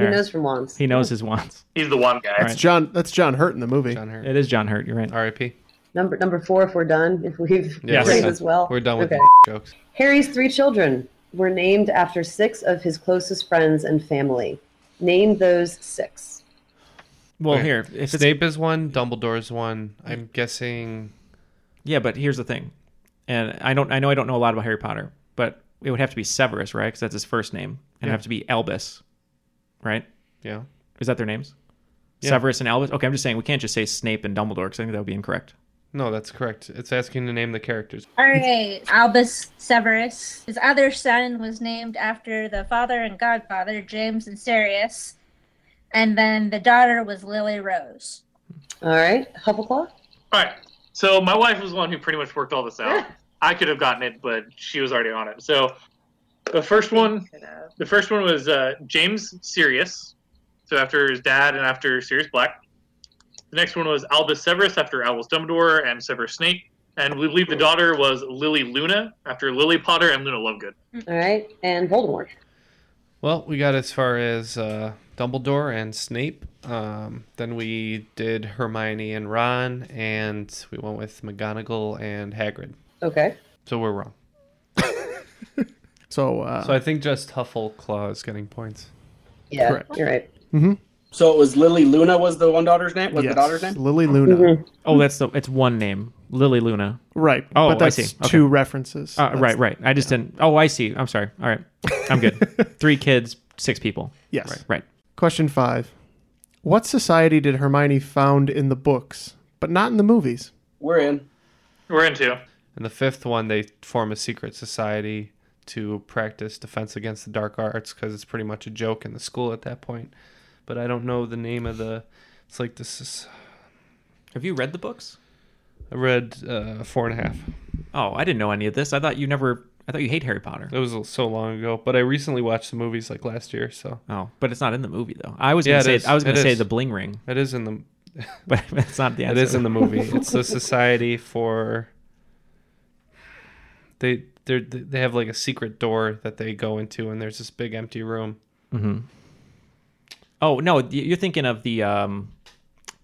[SPEAKER 4] knows from wands.
[SPEAKER 3] He knows his wands.
[SPEAKER 5] He's the one guy.
[SPEAKER 1] That's John. That's John Hurt in the movie.
[SPEAKER 2] John Hurt.
[SPEAKER 3] It is John Hurt. You're right.
[SPEAKER 2] R.I.P.
[SPEAKER 4] Number number four, if we're done, if we've
[SPEAKER 2] Yeah,
[SPEAKER 4] played
[SPEAKER 2] done.
[SPEAKER 4] as well.
[SPEAKER 2] We're done with
[SPEAKER 4] Okay.
[SPEAKER 2] jokes.
[SPEAKER 4] Harry's three children were named after six of his closest friends and family. Name those six.
[SPEAKER 3] Well,
[SPEAKER 2] Okay.
[SPEAKER 3] here. If it's,
[SPEAKER 2] Snape is one, Dumbledore's one. I'm guessing.
[SPEAKER 3] yeah, but here's the thing. And I don't I know I don't know a lot about Harry Potter, but it would have to be Severus, right? Because that's his first name. And
[SPEAKER 2] Yeah.
[SPEAKER 3] it'd have to be Albus. Right?
[SPEAKER 2] Yeah.
[SPEAKER 3] Is that their names?
[SPEAKER 2] Yeah.
[SPEAKER 3] Severus and Albus? Okay, I'm just saying we can't just say Snape and Dumbledore because I think that would be incorrect.
[SPEAKER 2] No, that's correct. It's asking to name the characters.
[SPEAKER 11] All right, Albus Severus. His other son was named after the father and godfather, James and Sirius. And then the daughter was Lily Rose.
[SPEAKER 4] All right, Huffleclaw.
[SPEAKER 5] All right. So my wife was the one who pretty much worked all this out. I could have gotten it, but she was already on it. So the first one, the first one was uh, James Sirius. So after his dad and after Sirius Black. The next one was Albus Severus after Albus Dumbledore and Severus Snape. And we believe the daughter was Lily Luna after Lily Potter and Luna Lovegood.
[SPEAKER 4] All right, and Voldemort.
[SPEAKER 2] Well, we got as far as uh, Dumbledore and Snape. Um, then we did Hermione and Ron, and we went with McGonagall and Hagrid.
[SPEAKER 4] Okay.
[SPEAKER 2] So we're wrong.
[SPEAKER 1] So, uh,
[SPEAKER 2] So I think just Huffleclaw is getting points.
[SPEAKER 4] Yeah,
[SPEAKER 1] Correct.
[SPEAKER 4] you're right.
[SPEAKER 1] mhm.
[SPEAKER 7] So it was Lily Luna was the one daughter's name. Was the daughter's name
[SPEAKER 1] Lily Luna.
[SPEAKER 3] Oh, that's the it's one name, Lily Luna.
[SPEAKER 1] Right.
[SPEAKER 3] Oh,
[SPEAKER 1] but that's
[SPEAKER 3] I see. Okay.
[SPEAKER 1] two references.
[SPEAKER 3] Uh,
[SPEAKER 1] That's-
[SPEAKER 3] right, right. I just didn't. Oh, I see. I'm sorry. All right, I'm good. Three kids, six people.
[SPEAKER 1] Yes.
[SPEAKER 3] Right. right.
[SPEAKER 1] Question five. What society did Hermione found in the books, but not in the movies?
[SPEAKER 7] We're in.
[SPEAKER 5] We're into.
[SPEAKER 2] And the fifth one, they form a secret society to practice defense against the dark arts because it's pretty much a joke in the school at that point. But I don't know the name of the. It's like this is.
[SPEAKER 3] Have you read the books?
[SPEAKER 2] I read uh, four and a half.
[SPEAKER 3] Oh, I didn't know any of this. I thought you never. I thought you hate Harry Potter.
[SPEAKER 2] It was so long ago, but I recently watched the movies like last year. So.
[SPEAKER 3] Oh, but it's not in the movie though. I was gonna
[SPEAKER 2] Yeah, it
[SPEAKER 3] say.
[SPEAKER 2] is.
[SPEAKER 3] I was
[SPEAKER 2] It
[SPEAKER 3] gonna say
[SPEAKER 2] is.
[SPEAKER 3] the bling ring.
[SPEAKER 2] It is in the.
[SPEAKER 3] But that's not the
[SPEAKER 2] It is
[SPEAKER 3] answer.
[SPEAKER 2] in the movie. It's the Society for. They they they have like a secret door that they go into, and there's this big empty room.
[SPEAKER 3] Mm-hmm. Oh no, y- you're thinking of the um,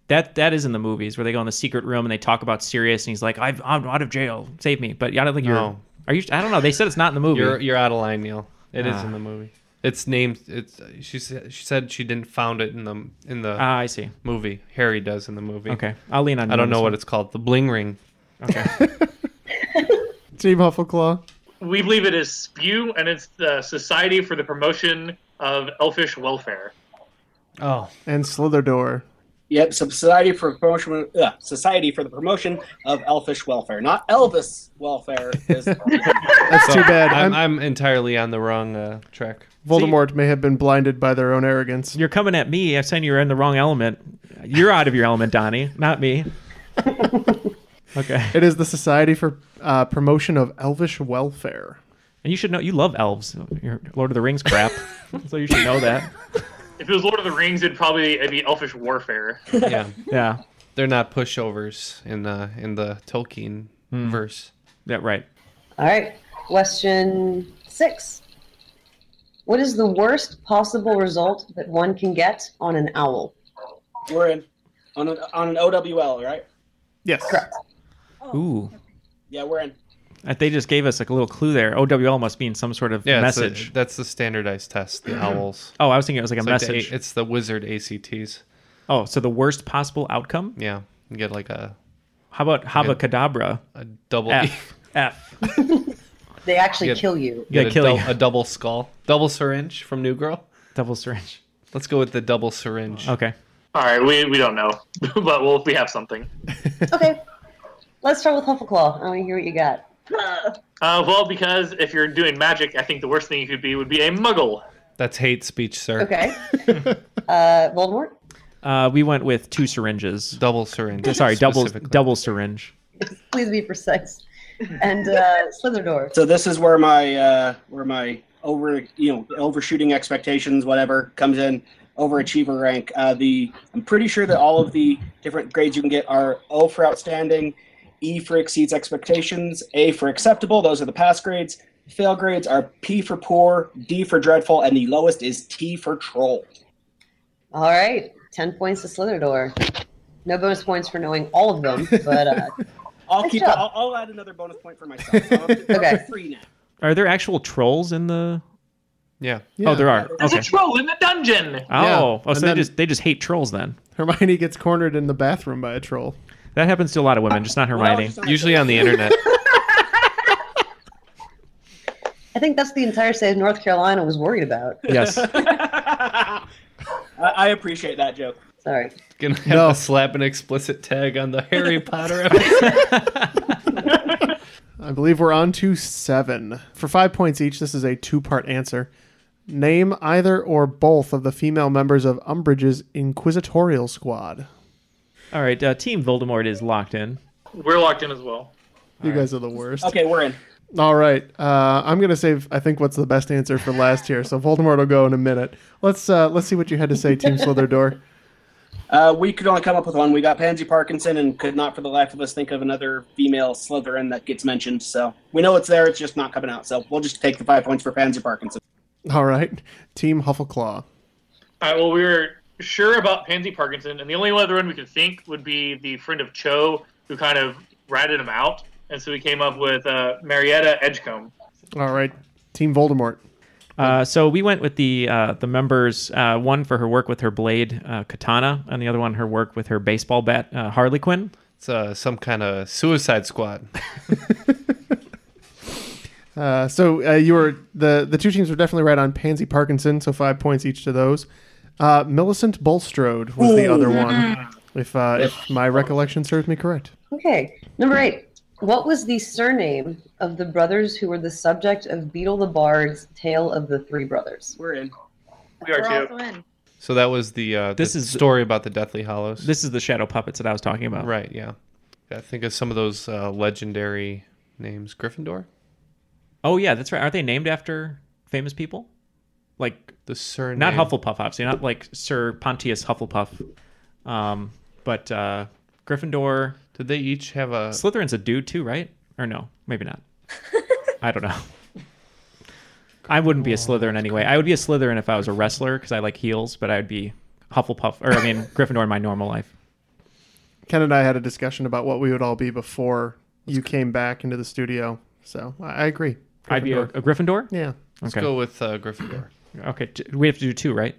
[SPEAKER 3] that that is in the movies where they go in the secret room and they talk about Sirius and he's like, I've, "I'm out of jail, save me." But yeah, I don't think you're.
[SPEAKER 2] No.
[SPEAKER 3] Are you? I don't know. They said it's not in the movie.
[SPEAKER 2] You're you're out of line, Neil. It is
[SPEAKER 3] Ah.
[SPEAKER 2] in the movie. It's named. It's she said she said she didn't found it in the in the.
[SPEAKER 3] Ah, I see.
[SPEAKER 2] Movie Harry does in the movie.
[SPEAKER 3] Okay, I'll lean on you
[SPEAKER 2] I
[SPEAKER 3] on
[SPEAKER 2] don't
[SPEAKER 3] this
[SPEAKER 2] know what
[SPEAKER 3] one.
[SPEAKER 2] it's called. The bling ring.
[SPEAKER 3] Okay.
[SPEAKER 1] Team Huffleclaw.
[SPEAKER 5] We believe it is Spew, and it's the Society for the Promotion of Elfish Welfare.
[SPEAKER 1] Oh. And Slitherdor.
[SPEAKER 7] Yep, Society for Promotion uh, Society for the Promotion of Elfish Welfare, not Elvis Welfare. Is,
[SPEAKER 1] That's too bad.
[SPEAKER 2] I'm, I'm entirely on the wrong uh, track.
[SPEAKER 1] Voldemort may have been blinded by their own arrogance.
[SPEAKER 3] You're coming at me. I'm saying you're in the wrong element. You're out of your element, Donnie, not me. Okay.
[SPEAKER 1] It is the Society for uh, Promotion of Elvish Welfare.
[SPEAKER 3] And you should know you love elves. You're Lord of the Rings crap, so you should know that.
[SPEAKER 5] If it was Lord of the Rings, it'd probably it'd be Elfish Warfare.
[SPEAKER 2] yeah.
[SPEAKER 3] Yeah.
[SPEAKER 2] They're not pushovers in the in the Tolkien verse.
[SPEAKER 3] Hmm. Yeah, right.
[SPEAKER 4] All right. Question six. What is the worst possible result that one can get on an owl?
[SPEAKER 7] we're in on an, on an OWL, right?
[SPEAKER 1] Yes.
[SPEAKER 3] Ooh.
[SPEAKER 7] Yeah, we're in.
[SPEAKER 3] Uh, They just gave us like a little clue there. OWL must mean some sort of
[SPEAKER 2] Yeah, it's a-
[SPEAKER 3] message.
[SPEAKER 2] that's the standardized test. The owls.
[SPEAKER 3] Oh, I was thinking it was like a
[SPEAKER 2] It's the
[SPEAKER 3] message.
[SPEAKER 2] A- it's the wizard ACTs.
[SPEAKER 3] oh, so the worst possible outcome?
[SPEAKER 2] Yeah, you get like a
[SPEAKER 3] How about Eh, Habakadabra?
[SPEAKER 2] A double E.
[SPEAKER 3] F. F.
[SPEAKER 4] They actually
[SPEAKER 2] Get-
[SPEAKER 4] kill you.
[SPEAKER 3] Yeah,
[SPEAKER 2] get a,
[SPEAKER 3] kill
[SPEAKER 2] dou-
[SPEAKER 3] you.
[SPEAKER 2] a double skull, double syringe from New Girl.
[SPEAKER 3] Double syringe.
[SPEAKER 2] Let's go with the double syringe.
[SPEAKER 3] Okay.
[SPEAKER 5] All right, we, we don't know, but we'll, we have something.
[SPEAKER 4] Let's start with Huffleclaw. I want to hear what you got.
[SPEAKER 5] Uh, well, because if you're doing magic, I think the worst thing you could be would be a muggle.
[SPEAKER 2] That's hate speech, sir.
[SPEAKER 4] Okay. uh, Voldemort?
[SPEAKER 3] Uh, we went with two syringes.
[SPEAKER 2] Double syringe.
[SPEAKER 3] Sorry, double
[SPEAKER 2] specifically.
[SPEAKER 3] double syringe.
[SPEAKER 4] Please be precise. And uh, Slitherdor.
[SPEAKER 7] So this is where my uh, where my over you know overshooting expectations whatever comes in overachiever rank. Uh, the I'm pretty sure that all of the different grades you can get are O for outstanding, E for exceeds expectations, A for acceptable. Those are the pass grades. Fail grades are P for poor, D for dreadful, and the lowest is T for troll.
[SPEAKER 4] All right. 10 points to Slitherdor. No bonus points for knowing all of them, but uh,
[SPEAKER 7] I'll
[SPEAKER 4] Nice
[SPEAKER 7] keep.
[SPEAKER 4] job.
[SPEAKER 7] I'll, I'll add another bonus point for myself. I'm up to- I'm up to three now.
[SPEAKER 3] Are there actual trolls in the?
[SPEAKER 2] Yeah.
[SPEAKER 3] Oh, there are.
[SPEAKER 5] There's
[SPEAKER 3] Okay.
[SPEAKER 5] a troll in the dungeon.
[SPEAKER 3] Oh, oh, so
[SPEAKER 1] and
[SPEAKER 3] they
[SPEAKER 1] then-
[SPEAKER 3] just they just hate trolls then.
[SPEAKER 1] Hermione gets cornered in the bathroom by a troll.
[SPEAKER 3] That happens to a lot of women, just not Hermione.
[SPEAKER 2] Usually on the internet.
[SPEAKER 4] I think that's the entire state of North Carolina was worried about.
[SPEAKER 3] Yes.
[SPEAKER 7] I, I appreciate that joke.
[SPEAKER 4] Sorry.
[SPEAKER 2] Gonna have to slap an explicit tag on the Harry Potter
[SPEAKER 1] I believe we're on to seven. For five points each, this is a two part answer. Name either or both of the female members of Umbridge's Inquisitorial Squad.
[SPEAKER 3] All right, uh, Team Voldemort is locked in.
[SPEAKER 5] We're locked in as well.
[SPEAKER 1] You guys are the worst.
[SPEAKER 7] Okay, we're in.
[SPEAKER 1] All right. Uh, I'm going to save, I think, what's the best answer for last here. So Voldemort will go in a minute. Let's uh, let's see what you had to say, Team Slitherdor.
[SPEAKER 7] Uh, we could only come up with one. We got Pansy Parkinson and could not for the life of us think of another female Slytherin that gets mentioned. So we know it's there. It's just not coming out. So we'll just take the five points for Pansy Parkinson.
[SPEAKER 1] All right. Team Huffleclaw.
[SPEAKER 5] All right. Well, we were sure about Pansy Parkinson, and the only other one we could think would be the friend of Cho, who kind of ratted him out, and so we came up with uh, Marietta Edgecombe.
[SPEAKER 1] All right. Team Voldemort.
[SPEAKER 3] Uh, so we went with the uh, the members. Uh, one for her work with her blade uh, katana, and the other one her work with her baseball bat uh, Harley Quinn.
[SPEAKER 2] It's uh, some kind of Suicide Squad.
[SPEAKER 1] Uh, so uh, you were the the two teams were definitely right on Pansy Parkinson, so five points each to those. Uh, Millicent Bulstrode was the
[SPEAKER 4] Ooh.
[SPEAKER 1] other one, if uh, if my recollection serves me correct.
[SPEAKER 4] Okay, number eight. What was the surname of the brothers who were the subject of Beetle the Bard's Tale of the Three Brothers?
[SPEAKER 7] We're in.
[SPEAKER 5] We are
[SPEAKER 6] We're
[SPEAKER 5] too.
[SPEAKER 6] also in.
[SPEAKER 2] So that was the uh,
[SPEAKER 3] This
[SPEAKER 2] the
[SPEAKER 3] is-
[SPEAKER 2] story about the Deathly Hollows.
[SPEAKER 3] This is the shadow puppets that I was talking about.
[SPEAKER 2] Right. Yeah. I think of some of those uh, legendary names. Gryffindor.
[SPEAKER 3] Oh yeah, that's right. Aren't they named after famous people? Like
[SPEAKER 2] the surname.
[SPEAKER 3] Not Hufflepuff, obviously. Not like Sir Pontius Hufflepuff. Um, but uh, Gryffindor.
[SPEAKER 2] Did they each have a
[SPEAKER 3] Slytherin's a dude too, right? Or no? Maybe not. I don't know. I wouldn't be a Slytherin anyway. I would be a Slytherin if I was a wrestler because I like heels, but I'd be Hufflepuff or I mean Gryffindor in my normal life.
[SPEAKER 1] Ken and I had a discussion about what we would all be before you came back into the studio. So I, I agree.
[SPEAKER 3] I'd be a,
[SPEAKER 1] Gryffindor.
[SPEAKER 3] a Gryffindor.
[SPEAKER 1] Yeah.
[SPEAKER 2] Let's
[SPEAKER 3] okay.
[SPEAKER 2] go with uh, Gryffindor.
[SPEAKER 3] Okay, t- we have to do two, right?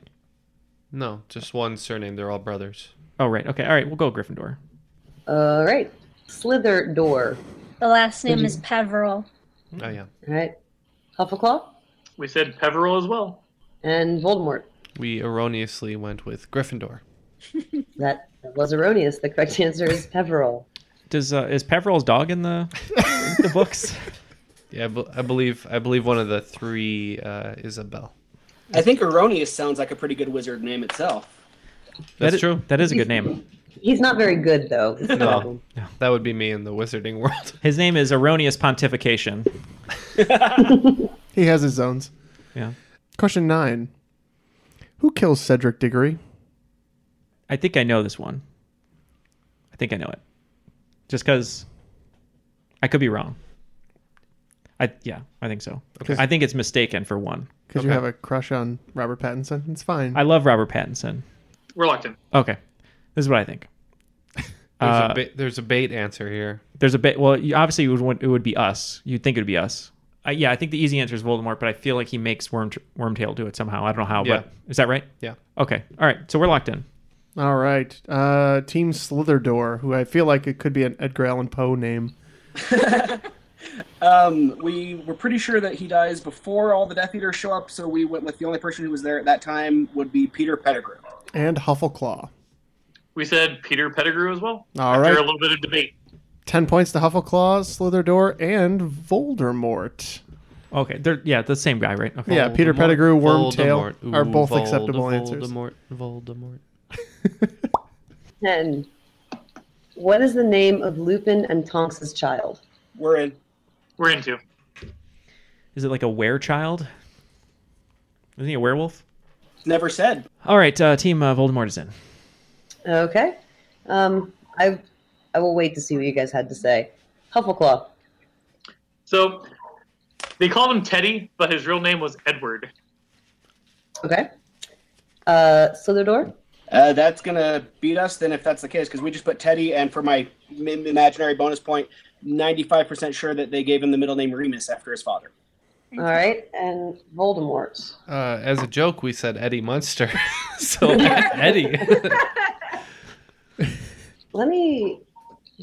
[SPEAKER 2] No, just one surname. They're all brothers.
[SPEAKER 3] Oh, right. Okay. All right. We'll go Gryffindor.
[SPEAKER 4] All right, Slither Door.
[SPEAKER 11] The last name
[SPEAKER 4] Mhm.
[SPEAKER 11] is Peveril.
[SPEAKER 3] Hmm.
[SPEAKER 2] Oh yeah.
[SPEAKER 4] All right, Huffleclaw
[SPEAKER 5] We said Peveril as well.
[SPEAKER 4] and Voldemort.
[SPEAKER 2] We erroneously went with Gryffindor.
[SPEAKER 4] That was erroneous. The correct answer is Peveril.
[SPEAKER 3] Does uh, is Peveril's dog in the in the books?
[SPEAKER 2] Yeah, I, be- I believe I believe one of the three uh, Isabel.
[SPEAKER 7] I think erroneous sounds like a pretty good wizard name itself.
[SPEAKER 2] That's
[SPEAKER 3] is-
[SPEAKER 2] true.
[SPEAKER 3] That is a good name.
[SPEAKER 4] He's not very good though.
[SPEAKER 2] No, that would be me in the wizarding world.
[SPEAKER 3] His name is Erroneous Pontification.
[SPEAKER 1] He has his zones.
[SPEAKER 3] Yeah.
[SPEAKER 1] Question nine. Who kills Cedric Diggory?
[SPEAKER 3] I think I know this one. I think I know it. Just because I could be wrong. I yeah, I think so.
[SPEAKER 1] Okay.
[SPEAKER 3] I think it's mistaken for one.
[SPEAKER 1] Because you have a crush on Robert Pattinson. It's fine.
[SPEAKER 3] I love Robert Pattinson.
[SPEAKER 5] Reluctant.
[SPEAKER 3] Okay, this is what I think.
[SPEAKER 2] There's,
[SPEAKER 3] Uh,
[SPEAKER 2] a, ba- there's a bait answer here.
[SPEAKER 3] There's a bit. Well, you, obviously, it would, want- it would be us. You'd think it would be us. Uh, yeah, I think the easy answer is Voldemort, but I feel like he makes Worm, Wormtail do it somehow. I don't know how, but is that right?
[SPEAKER 2] Yeah.
[SPEAKER 3] Okay. All right. So we're locked in.
[SPEAKER 1] All right. Uh, Team Slitherdor, who I feel like it could be an Edgar Allan Poe name.
[SPEAKER 7] Um, we were pretty sure that he dies before all the Death Eaters show up, so we went with the only person who was there at that time would be Peter Pettigrew.
[SPEAKER 1] And Huffleclaw.
[SPEAKER 5] We said Peter Pettigrew as well.
[SPEAKER 1] All
[SPEAKER 5] After
[SPEAKER 1] right.
[SPEAKER 5] a little bit of debate.
[SPEAKER 1] 10 points to Huffleclaw, Slitherdor, and Voldemort.
[SPEAKER 3] Okay. They're yeah, the same guy, right? Okay.
[SPEAKER 1] Yeah, Peter Pettigrew, Wormtail
[SPEAKER 2] Voldemort.
[SPEAKER 1] are
[SPEAKER 2] Ooh,
[SPEAKER 1] both
[SPEAKER 2] Vold-
[SPEAKER 1] acceptable answers.
[SPEAKER 2] Voldemort. Voldemort.
[SPEAKER 4] Ten. What is the name of Lupin and Tonks's child?
[SPEAKER 7] We're in.
[SPEAKER 5] We're into.
[SPEAKER 3] Is it like a were child? Isn't he a werewolf?
[SPEAKER 7] Never said.
[SPEAKER 3] All right, uh, team uh, Voldemort is in.
[SPEAKER 4] Okay. Um, I I will wait to see what you guys had to say. Huffleclaw.
[SPEAKER 5] So they called him Teddy, but his real name was Edward.
[SPEAKER 4] Okay. Uh, Slither
[SPEAKER 7] Uh, that's gonna beat us then if that's the case because we just put Teddy and for my m- imaginary bonus point, ninety-five percent sure that they gave him the middle name Remus after his father.
[SPEAKER 4] All right, and Voldemort.
[SPEAKER 2] Uh, as a joke, we said Eddie Munster. so Eddie.
[SPEAKER 4] Let me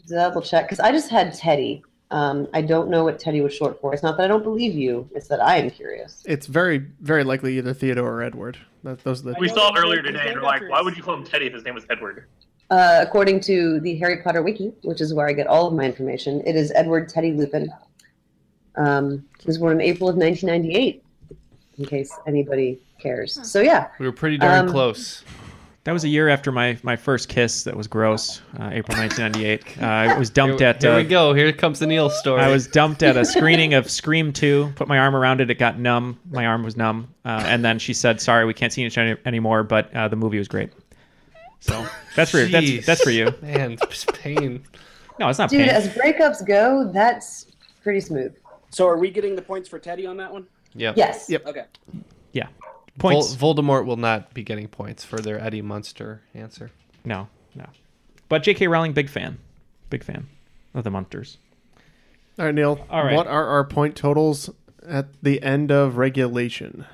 [SPEAKER 4] double check because I just had Teddy. Um, I don't know what Teddy was short for. It's not that I don't believe you; it's that I am curious.
[SPEAKER 1] It's very, very likely either Theodore or Edward. That, those are the
[SPEAKER 5] We saw it earlier today, and we're like, why would you call him Teddy if his name was Edward?
[SPEAKER 4] Uh, according to the Harry Potter wiki, which is where I get all of my information, it is Edward Teddy Lupin. Um, he was born in April of 1998. In case anybody cares. So yeah,
[SPEAKER 2] We were pretty darn
[SPEAKER 4] Um,
[SPEAKER 2] close.
[SPEAKER 3] That was a year after my, my first kiss. That was gross. Uh, April 1998. Uh, I was dumped
[SPEAKER 2] Here-
[SPEAKER 3] at.
[SPEAKER 2] Here
[SPEAKER 3] uh,
[SPEAKER 2] we go. Here comes the Neil story.
[SPEAKER 3] I was dumped at a screening of Scream 2. Put my arm around it. It got numb. My arm was numb. Uh, and then she said, "Sorry, we can't see each other anymore." But uh, the movie was great. So that's for
[SPEAKER 2] Jeez.
[SPEAKER 3] that's that's for you.
[SPEAKER 2] Man, it's pain.
[SPEAKER 3] No, it's not
[SPEAKER 4] dude,
[SPEAKER 3] pain.
[SPEAKER 4] as breakups go, that's pretty smooth.
[SPEAKER 7] So are we getting the points for Teddy on that one?
[SPEAKER 2] Yep.
[SPEAKER 4] Yes.
[SPEAKER 1] Yep.
[SPEAKER 7] Okay.
[SPEAKER 3] Yeah. Points.
[SPEAKER 2] Points. Voldemort will not be getting points for their Eddie Munster answer.
[SPEAKER 3] No, no. But J.K. Rowling, big fan, big fan of the Munsters.
[SPEAKER 1] All right, Neil.
[SPEAKER 3] All right.
[SPEAKER 1] What are our point totals at the end of regulation?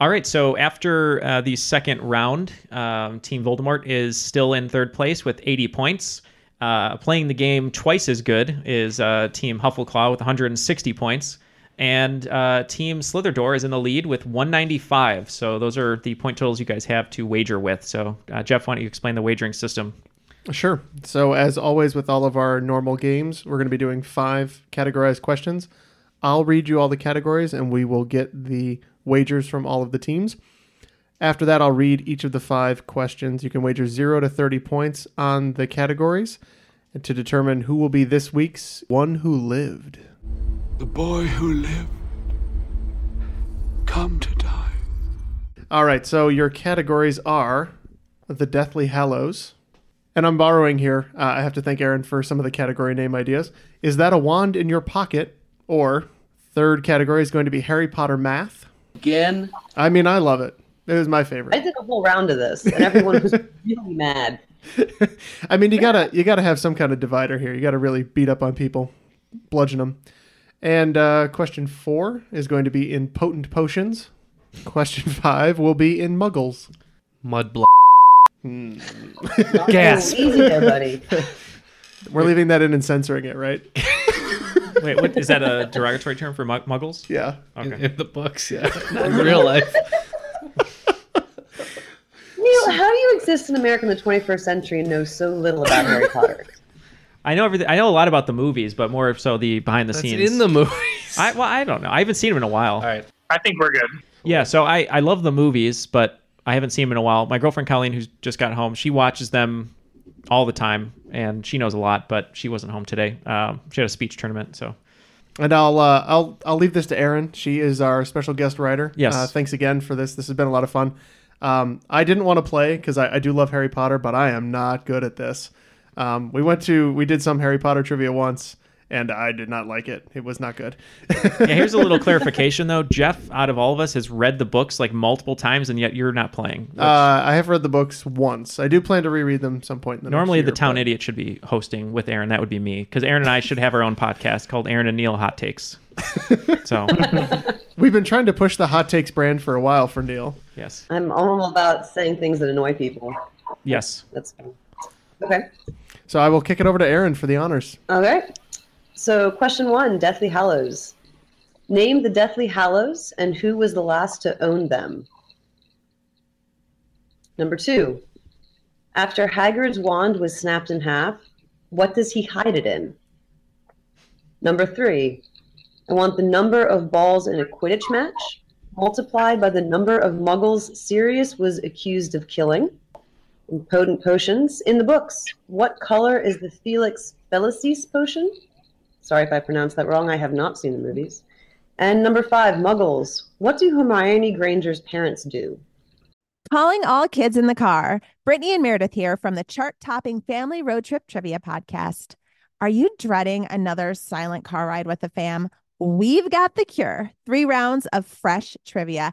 [SPEAKER 3] All right, so after uh, the second round, um, Team Voldemort is still in third place with 80 points. Uh, playing the game twice as good is uh, Team Huffleclaw with 160 points. And uh, Team Slitherdoor is in the lead with 195. So those are the point totals you guys have to wager with. So, uh, Jeff, why don't you explain the wagering system?
[SPEAKER 1] Sure. So, as always with all of our normal games, we're going to be doing five categorized questions. I'll read you all the categories and we will get the wagers from all of the teams. After that, I'll read each of the five questions. You can wager 0 to 30 points on the categories to determine who will be this week's one who lived.
[SPEAKER 13] The boy who lived come to die.
[SPEAKER 1] All right, so your categories are the Deathly Hallows. And I'm borrowing here. Uh, I have to thank Aaron for some of the category name ideas. Is that a wand in your pocket? Or third category is going to be Harry Potter math.
[SPEAKER 10] Again.
[SPEAKER 1] I mean, I love it. It was my favorite.
[SPEAKER 4] I did a whole round of this, and everyone was really mad.
[SPEAKER 1] I mean, you gotta you gotta have some kind of divider here. You gotta really beat up on people, bludgeon them. And uh, question four is going to be in potent potions. Question five will be in muggles.
[SPEAKER 2] Mudblock.
[SPEAKER 3] Hmm.
[SPEAKER 1] Gasp.
[SPEAKER 4] Easy there, buddy.
[SPEAKER 1] We're leaving that in and censoring it, right?
[SPEAKER 3] Wait, what is that a derogatory term for mug- muggles?
[SPEAKER 1] Yeah.
[SPEAKER 3] Okay.
[SPEAKER 2] In, in the books, yeah. Not in real life.
[SPEAKER 4] Neil, how do you exist in America in the 21st century and know so little about Harry Potter?
[SPEAKER 3] I know everything. I know a lot about the movies, but more so the behind the
[SPEAKER 2] That's
[SPEAKER 3] scenes.
[SPEAKER 2] in the movies.
[SPEAKER 3] I well, I don't know. I haven't seen them in a while. All
[SPEAKER 2] right.
[SPEAKER 5] I think we're good.
[SPEAKER 3] Yeah. So I I love the movies, but I haven't seen them in a while. My girlfriend Colleen, who's just got home, she watches them all the time, and she knows a lot. But she wasn't home today. Um, she had a speech tournament, so
[SPEAKER 1] And I'll uh, I'll I'll leave this to Erin. She is our special guest writer.
[SPEAKER 3] Yes.
[SPEAKER 1] Uh, thanks again for this. This has been a lot of fun. Um, I didn't want to play because I, I do love Harry Potter, but I am not good at this. Um, we went to we did some Harry Potter trivia once, and I did not like it. It was not good.
[SPEAKER 3] yeah. Here's a little clarification though. Jeff, out of all of us, has read the books like multiple times, and yet you're not playing.
[SPEAKER 1] Uh, I have read the books once. I do plan to reread them some point in the
[SPEAKER 3] Normally,
[SPEAKER 1] next year,
[SPEAKER 3] the town idiot should be hosting with Aaron. That would be me, because Aaron and I should have our own podcast called Aaron and Neil Hot Takes. So,
[SPEAKER 1] We've been trying to push the hot takes brand for a while for Neil.
[SPEAKER 3] yes,
[SPEAKER 4] I'm all about saying things that annoy people.
[SPEAKER 3] yes.
[SPEAKER 4] That's fine. Okay.
[SPEAKER 1] So I will kick it over to Aaron for the honors.
[SPEAKER 4] Okay. So, question one Deathly Hallows. Name the Deathly Hallows and who was the last to own them. Number two. After Hagrid's wand was snapped in half, what does he hide it in? Number three. I want the number of balls in a Quidditch match multiplied by the number of muggles Sirius was accused of killing and potent potions in the books. What color is the Felix Felicis potion? Sorry if I pronounced that wrong. I have not seen the movies. And number five, Muggles. What do Hermione Granger's parents do?
[SPEAKER 14] Calling all kids in the car. Brittany and Meredith here from the chart topping Family Road Trip Trivia Podcast. Are you dreading another silent car ride with the fam? We've got the cure. Three rounds of fresh trivia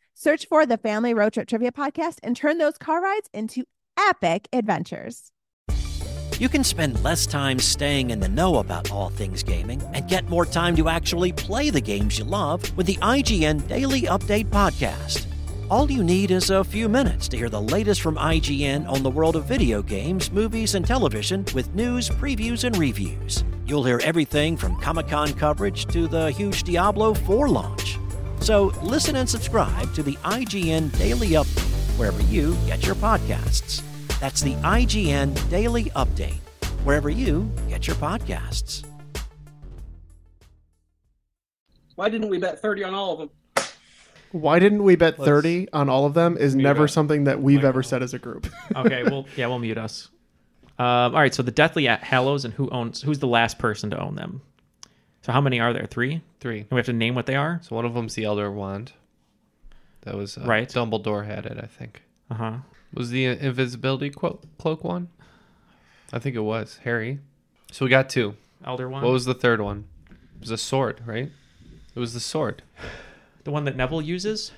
[SPEAKER 14] Search for the Family Road Trip Trivia Podcast and turn those car rides into epic adventures.
[SPEAKER 15] You can spend less time staying in the know about all things gaming and get more time to actually play the games you love with the IGN Daily Update Podcast. All you need is a few minutes to hear the latest from IGN on the world of video games, movies, and television with news, previews, and reviews. You'll hear everything from Comic Con coverage to the huge Diablo 4 launch. So listen and subscribe to the IGN Daily Update wherever you get your podcasts. That's the IGN Daily Update wherever you get your podcasts.
[SPEAKER 7] Why didn't we bet 30 on all of them?
[SPEAKER 1] Why didn't we bet 30 on all of them is never something that we've ever said as a group.
[SPEAKER 3] Okay, well, yeah, we'll mute us. Um, all right, so the Deathly Hallows and who owns? Who's the last person to own them? So how many are there? Three.
[SPEAKER 2] Three.
[SPEAKER 3] And we have to name what they are.
[SPEAKER 2] So one of them's the Elder Wand. That was uh,
[SPEAKER 3] Right.
[SPEAKER 2] Dumbledore had it, I think.
[SPEAKER 3] Uh huh.
[SPEAKER 2] Was the invisibility cloak, cloak one? I think it was Harry. So we got two.
[SPEAKER 3] Elder one?
[SPEAKER 2] What was the third one? It was a sword, right? It was the sword.
[SPEAKER 3] The one that Neville uses?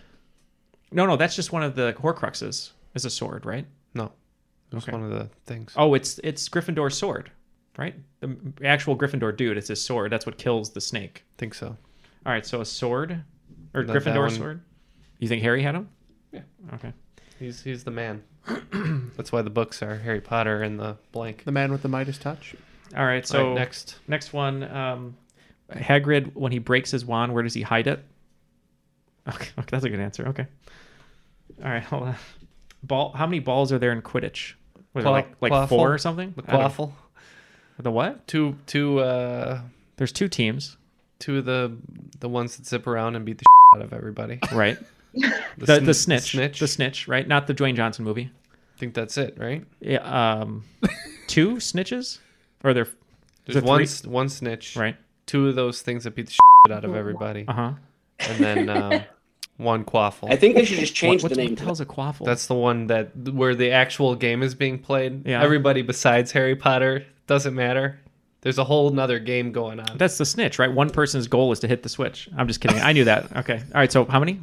[SPEAKER 3] No, no, that's just one of the Horcruxes. Is a sword, right?
[SPEAKER 2] No, it was one of the things.
[SPEAKER 3] Oh, it's it's Gryffindor's sword, right? The m- actual Gryffindor dude. It's his sword. That's what kills the snake.
[SPEAKER 2] think so.
[SPEAKER 3] All right, so a sword or
[SPEAKER 2] Not that
[SPEAKER 3] Gryffindor
[SPEAKER 2] one.
[SPEAKER 3] sword. You think Harry had him?
[SPEAKER 2] Yeah.
[SPEAKER 3] Okay.
[SPEAKER 2] He's he's the man. That's why the books are Harry Potter and the blank.
[SPEAKER 1] The man with the Midas touch.
[SPEAKER 3] All right, so
[SPEAKER 2] Alright, next.
[SPEAKER 3] next one. Um, Hagrid, when he breaks his wand, where does he hide it? Okay, okay, that's a good answer. Okay. All right, hold on. Ball. How many balls are there in Quidditch? Was it
[SPEAKER 2] Clo-
[SPEAKER 3] like like
[SPEAKER 2] cloffle?
[SPEAKER 3] four or something?
[SPEAKER 2] The
[SPEAKER 3] I don't-
[SPEAKER 2] quaffle.
[SPEAKER 3] The what?
[SPEAKER 2] Two two. uh
[SPEAKER 3] There's two teams.
[SPEAKER 2] Two of the the ones that zip around and beat the shit out of everybody.
[SPEAKER 3] Right.
[SPEAKER 2] The,
[SPEAKER 3] The, the,
[SPEAKER 2] sn-
[SPEAKER 3] snitch, The snitch, right? Not the Dwayne Johnson movie.
[SPEAKER 2] I think that's it, right?
[SPEAKER 3] Yeah. Um, two snitches? Or are there? is
[SPEAKER 2] There's
[SPEAKER 3] there
[SPEAKER 2] one
[SPEAKER 3] three?
[SPEAKER 2] s- one snitch.
[SPEAKER 3] Right.
[SPEAKER 2] Two of those things that beat the shit out of everybody.
[SPEAKER 3] Uh huh.
[SPEAKER 2] And then um, one quaffle.
[SPEAKER 7] I think they should just change
[SPEAKER 2] What-
[SPEAKER 7] the
[SPEAKER 2] what's-
[SPEAKER 7] name.
[SPEAKER 3] What the hell's a quaffle?
[SPEAKER 2] That's the one that where the actual game is being played.
[SPEAKER 3] Yeah.
[SPEAKER 2] Everybody besides Harry Potter doesn't matter. There's a whole nother game going on.
[SPEAKER 3] That's the snitch, right? One person's goal is to hit the switch. I'm just kidding. I knew that. Okay. All right. So how many?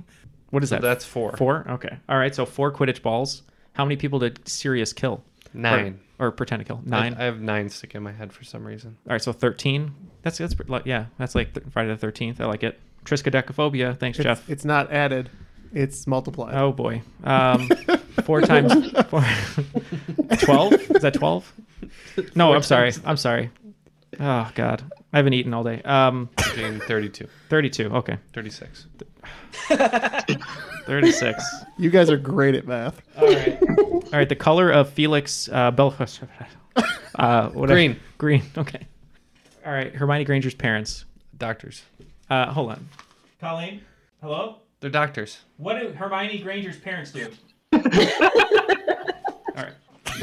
[SPEAKER 3] What is
[SPEAKER 2] So
[SPEAKER 3] that?
[SPEAKER 2] that's four.
[SPEAKER 3] Four. Okay. All right. So four Quidditch balls. How many people did Sirius kill?
[SPEAKER 2] Nine.
[SPEAKER 3] Or, or pretend to kill nine.
[SPEAKER 2] I, I have nine stick in my head for some reason.
[SPEAKER 3] All right. So thirteen. That's that's pretty- like yeah. That's like th- Friday the Thirteenth. I like it. Triskaidekaphobia. Thanks,
[SPEAKER 1] It's,
[SPEAKER 3] Jeff.
[SPEAKER 1] it's not added, it's multiplied.
[SPEAKER 3] Oh boy. Um, four times four. Twelve? Is that twelve? No,
[SPEAKER 2] Four
[SPEAKER 3] I'm sorry.
[SPEAKER 2] times.
[SPEAKER 3] I'm sorry. Oh god, I haven't eaten all day. Um,
[SPEAKER 2] thirty-two.
[SPEAKER 3] Thirty-two. Okay.
[SPEAKER 2] Thirty-six.
[SPEAKER 3] Thirty-six.
[SPEAKER 1] You guys are great at math.
[SPEAKER 3] All right. All right. The color of Felix uh, Belfast. Uh, what-
[SPEAKER 2] Green.
[SPEAKER 3] green. Okay. All right. Hermione Granger's parents.
[SPEAKER 2] Doctors.
[SPEAKER 3] Uh, hold on. Colleen. Hello.
[SPEAKER 2] They're doctors.
[SPEAKER 3] What do Hermione Granger's parents do?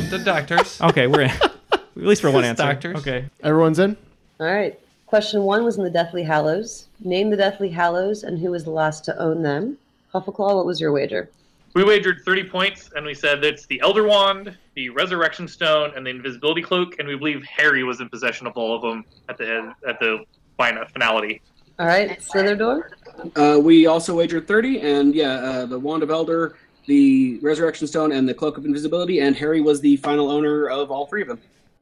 [SPEAKER 2] The doctors.
[SPEAKER 3] Okay, we're in. At least for one
[SPEAKER 2] It's
[SPEAKER 3] answer.
[SPEAKER 2] doctors.
[SPEAKER 3] Okay.
[SPEAKER 1] Everyone's in?
[SPEAKER 4] All right. Question one was in the Deathly Hallows. Name the Deathly Hallows and who was the last to own them. Huffleclaw, what was your wager?
[SPEAKER 5] We wagered 30 points, and we said that's the Elder Wand, the Resurrection Stone, and the Invisibility Cloak, and we believe Harry was in possession of all of them at the end, at the final finality.
[SPEAKER 4] All right, Slitherdor.
[SPEAKER 7] Uh, we also wagered 30, and yeah, uh, the Wand of Elder, the Resurrection Stone, and the Cloak of Invisibility, and Harry was the final owner of all three of them.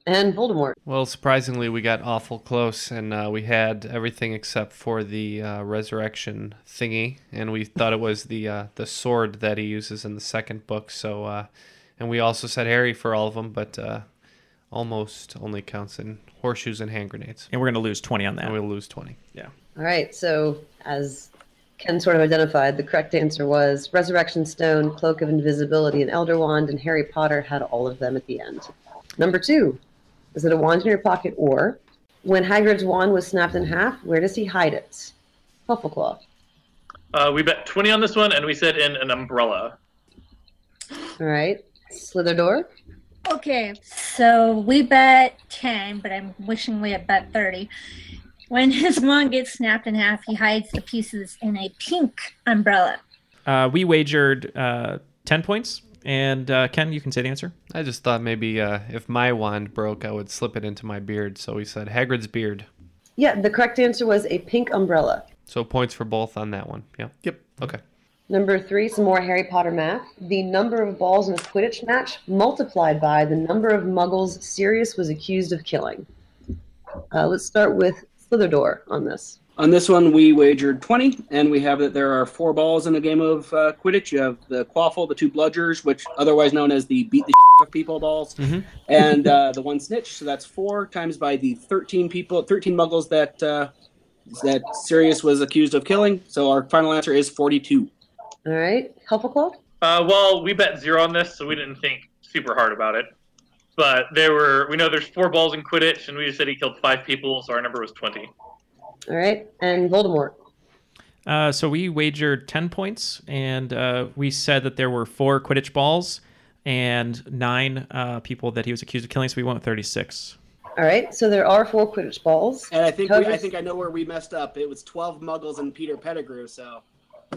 [SPEAKER 4] And Voldemort.
[SPEAKER 2] Well, surprisingly, we got awful close, and uh, we had everything except for the uh, resurrection thingy, and we thought it was the uh, the sword that he uses in the second book. So, uh, and we also said Harry for all of them, but uh, almost only counts in horseshoes and hand grenades.
[SPEAKER 3] And we're gonna lose twenty on that.
[SPEAKER 2] we'll lose twenty.
[SPEAKER 3] Yeah.
[SPEAKER 4] All right, so as Ken sort of identified, the correct answer was Resurrection Stone, Cloak of Invisibility, and Elder Wand, and Harry Potter had all of them at the end. Number two, is it a wand in your pocket or when Hagrid's wand was snapped in half, where does he hide it? Huffleclaw.
[SPEAKER 5] Uh, we bet 20 on this one, and we said in an umbrella.
[SPEAKER 4] All right, Slitherdor.
[SPEAKER 11] Okay, so we bet 10, but I'm wishing we had bet 30. When his wand gets snapped in half, he hides the pieces in a pink umbrella.
[SPEAKER 3] Uh, we wagered uh, ten points, and uh, Ken, you can say the answer.
[SPEAKER 2] I just thought maybe uh, if my wand broke, I would slip it into my beard. So we said Hagrid's beard.
[SPEAKER 4] Yeah, the correct answer was a pink umbrella.
[SPEAKER 2] So points for both on that one. Yeah.
[SPEAKER 1] Yep.
[SPEAKER 2] Okay.
[SPEAKER 4] Number three, some more Harry Potter math. The number of balls in a Quidditch match multiplied by the number of muggles Sirius was accused of killing. Uh, let's start with Slitherdor on this.
[SPEAKER 7] On this one, we wagered 20, and we have that there are four balls in a game of uh, Quidditch. You have the Quaffle, the two Bludgers, which otherwise known as the beat the shit of people balls,
[SPEAKER 3] Mm-hmm.
[SPEAKER 2] Mm-hmm.
[SPEAKER 7] and uh, the one Snitch. So that's four times by the 13 people, 13 Muggles that uh, that Sirius was accused of killing. So our final answer is 42.
[SPEAKER 4] All right, Huffleclaw?
[SPEAKER 5] Uh, well, we bet zero on this, so we didn't think super hard about it. But there were, we know there's four balls in Quidditch, and we just said he killed five people, so our number was 20.
[SPEAKER 4] All right, and Voldemort.
[SPEAKER 3] Uh, so we wagered 10 points, and uh, we said that there were four Quidditch balls and nine uh, people that he was accused of killing, so we went with 36.
[SPEAKER 4] All right, so there are four Quidditch balls.
[SPEAKER 7] And I think we, I
[SPEAKER 4] Covers-
[SPEAKER 7] think I know where we messed up. It was 12 Muggles and Peter Pettigrew. So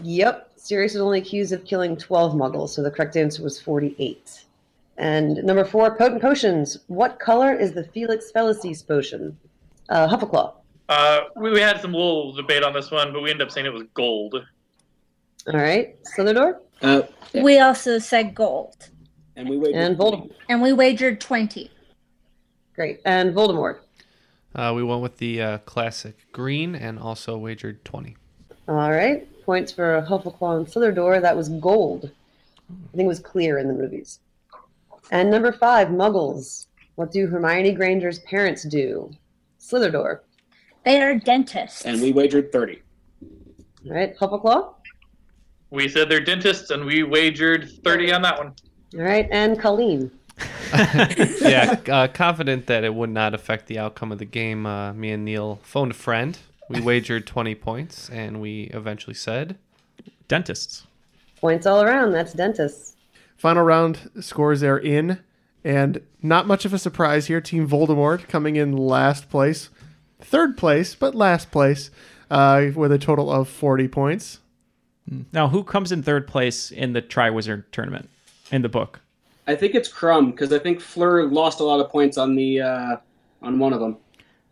[SPEAKER 4] Yep. Sirius was only accused of killing 12 muggles, so the correct answer was 48. And number four, potent potions. What color is the Felix Felicis potion? Uh, Huffleclaw.
[SPEAKER 5] Uh, we, we had some little debate on this one, but we ended up saying it was gold.
[SPEAKER 4] All right. Slither
[SPEAKER 7] Uh,
[SPEAKER 11] We also said gold,
[SPEAKER 7] and we wait.
[SPEAKER 4] And Voldemort.
[SPEAKER 11] and we wagered twenty.
[SPEAKER 4] Great. And Voldemort.
[SPEAKER 2] Uh, we went with the uh, classic green and also wagered 20.
[SPEAKER 4] All right. Points for Huffleclaw and Slytherin. That was gold. I think it was clear in the movies. And number five, Muggles. What do Hermione Granger's parents do? Slytherin.
[SPEAKER 11] They are dentists.
[SPEAKER 7] And we wagered 30.
[SPEAKER 4] All right. Huffleclaw.
[SPEAKER 5] We said they're dentists, and we wagered 30 on that one.
[SPEAKER 4] All right. And Colleen.
[SPEAKER 2] yeah, uh, confident that it would not affect the outcome of the game. Uh, me and Neil phoned a friend. We wagered 20 points, and we eventually said
[SPEAKER 3] dentists.
[SPEAKER 4] Points all around. That's dentists.
[SPEAKER 1] Final round scores are in, and not much of a surprise here. Team Voldemort coming in last place, third place, but last place, uh, with a total of forty points.
[SPEAKER 3] Now, who comes in third place in the Triwizard tournament in the book?
[SPEAKER 7] I think it's Crumb because I think Fleur lost a lot of points on the uh, on one of them.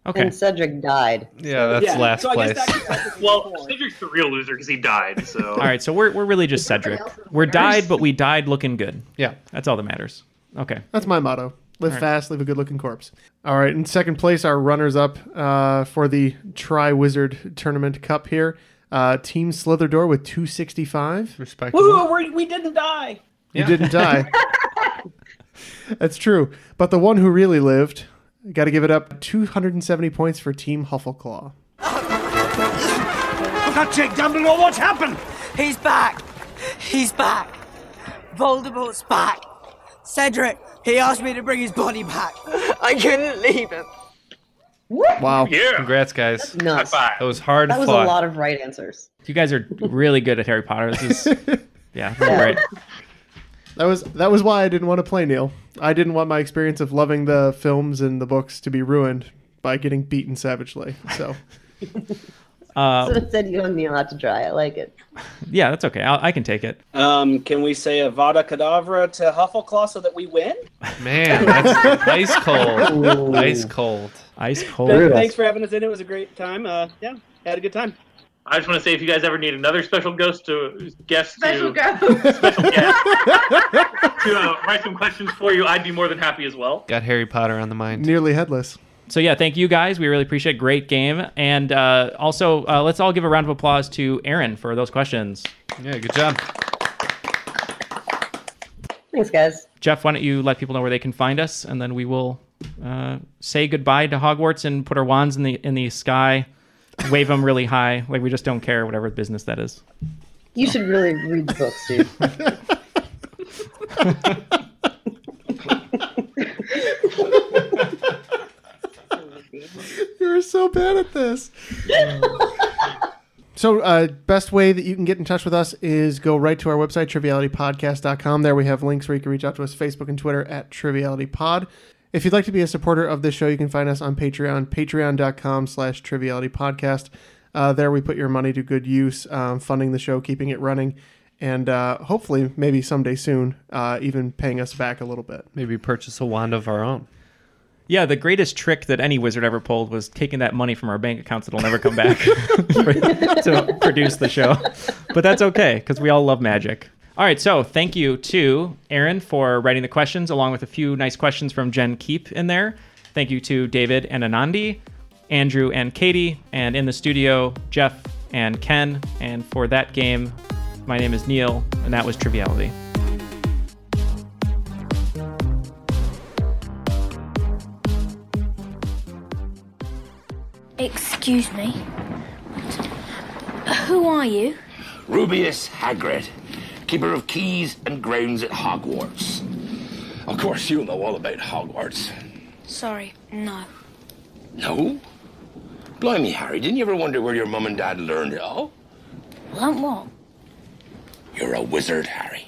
[SPEAKER 3] Okay.
[SPEAKER 4] And Cedric died.
[SPEAKER 2] Yeah,
[SPEAKER 7] that's Yeah, last so I guess place.
[SPEAKER 5] well, Cedric's the real loser because he died. So
[SPEAKER 3] All right, so we're, we're really just Cedric. We're died, but we died looking good.
[SPEAKER 2] Yeah.
[SPEAKER 3] That's all that matters. Okay.
[SPEAKER 1] That's my motto. Live
[SPEAKER 3] All right.
[SPEAKER 1] fast, leave a good looking corpse. All right, in second place, our runners up uh, for the Tri Wizard Tournament Cup here. Uh, Team Slitherdoor with 265. Respectable.
[SPEAKER 7] Woo! We're, we didn't die.
[SPEAKER 1] You didn't die. That's true. But the one who really lived, got to give it up 270 points for Team Huffleclaw.
[SPEAKER 16] For God's sake, Dumbledore, what's happened? He's back. He's back. Voldemort's back. Cedric, he asked me to bring his body back. I couldn't leave him.
[SPEAKER 2] Wow. Yeah. Congrats, guys.
[SPEAKER 4] nuts. High
[SPEAKER 2] That was hard
[SPEAKER 4] that was
[SPEAKER 2] fought.
[SPEAKER 4] a lot of right answers.
[SPEAKER 3] You guys are really good at Harry Potter. This is, yeah, this is great.
[SPEAKER 1] That was that was why I didn't want to play Neil. I didn't want my experience of loving the films and the books to be ruined by getting beaten savagely. So
[SPEAKER 4] So it said you and me allowed to try. I like it.
[SPEAKER 3] yeah, that's okay. I'll, I can take it.
[SPEAKER 7] Um, can we say Avada Kedavra to Huffleclaw so that we win?
[SPEAKER 2] Man, that's ice cold. Ice cold.
[SPEAKER 3] Ice
[SPEAKER 7] Th- Thanks for having us in. It was a great time. Uh, yeah, had a good time.
[SPEAKER 5] I just want to say, if you guys ever need another special ghost to guest
[SPEAKER 7] Special
[SPEAKER 5] to special guest to uh, write some questions for you, I'd be more than happy as well.
[SPEAKER 2] Got Harry Potter on the mind.
[SPEAKER 1] nearly headless.
[SPEAKER 3] So yeah, thank you guys. We really appreciate it. Great game. And uh, also, uh, let's all give a round of applause to Aaron for those questions.
[SPEAKER 2] Yeah, good job.
[SPEAKER 4] Thanks, guys.
[SPEAKER 3] Jeff, why don't you let people know where they can find us, and then we will uh, say goodbye to Hogwarts and put our wands in the in the sky, wave them really high, like we just don't care, whatever business that is.
[SPEAKER 4] You should really read the books, dude.
[SPEAKER 1] you are so bad at this. So, uh, best way that you can get in touch with us is go right to our website, trivialitypodcast.com. There we have links where you can reach out to us, Facebook and Twitter at trivialitypod. If you'd like to be a supporter of this show, you can find us on Patreon, patreon.com slash trivialitypodcast. Uh, there we put your money to good use, um, funding the show, keeping it running, and uh, hopefully, maybe someday soon, uh, even paying us back a little bit.
[SPEAKER 2] Maybe purchase a wand of our own.
[SPEAKER 3] Yeah, the greatest trick that any wizard ever pulled was taking that money from our bank accounts that'll never come back for- to produce the show. But that's okay because we all love magic. All right, so thank you to Aaron for writing the questions, along with a few nice questions from Jen Keep in there. Thank you to David and Anandi, Andrew and Katie, and in the studio, Jeff and Ken. And for that game, my name is Neil, and that was Triviality.
[SPEAKER 17] Excuse me. Who are you?
[SPEAKER 18] Rubius Hagrid, keeper of keys and grounds at Hogwarts. Of course, you know all about Hogwarts.
[SPEAKER 17] Sorry, no.
[SPEAKER 18] No? Blimey, Harry, didn't you ever wonder where your mum and dad learned it all?
[SPEAKER 17] Learnt what?
[SPEAKER 18] You're a wizard, Harry.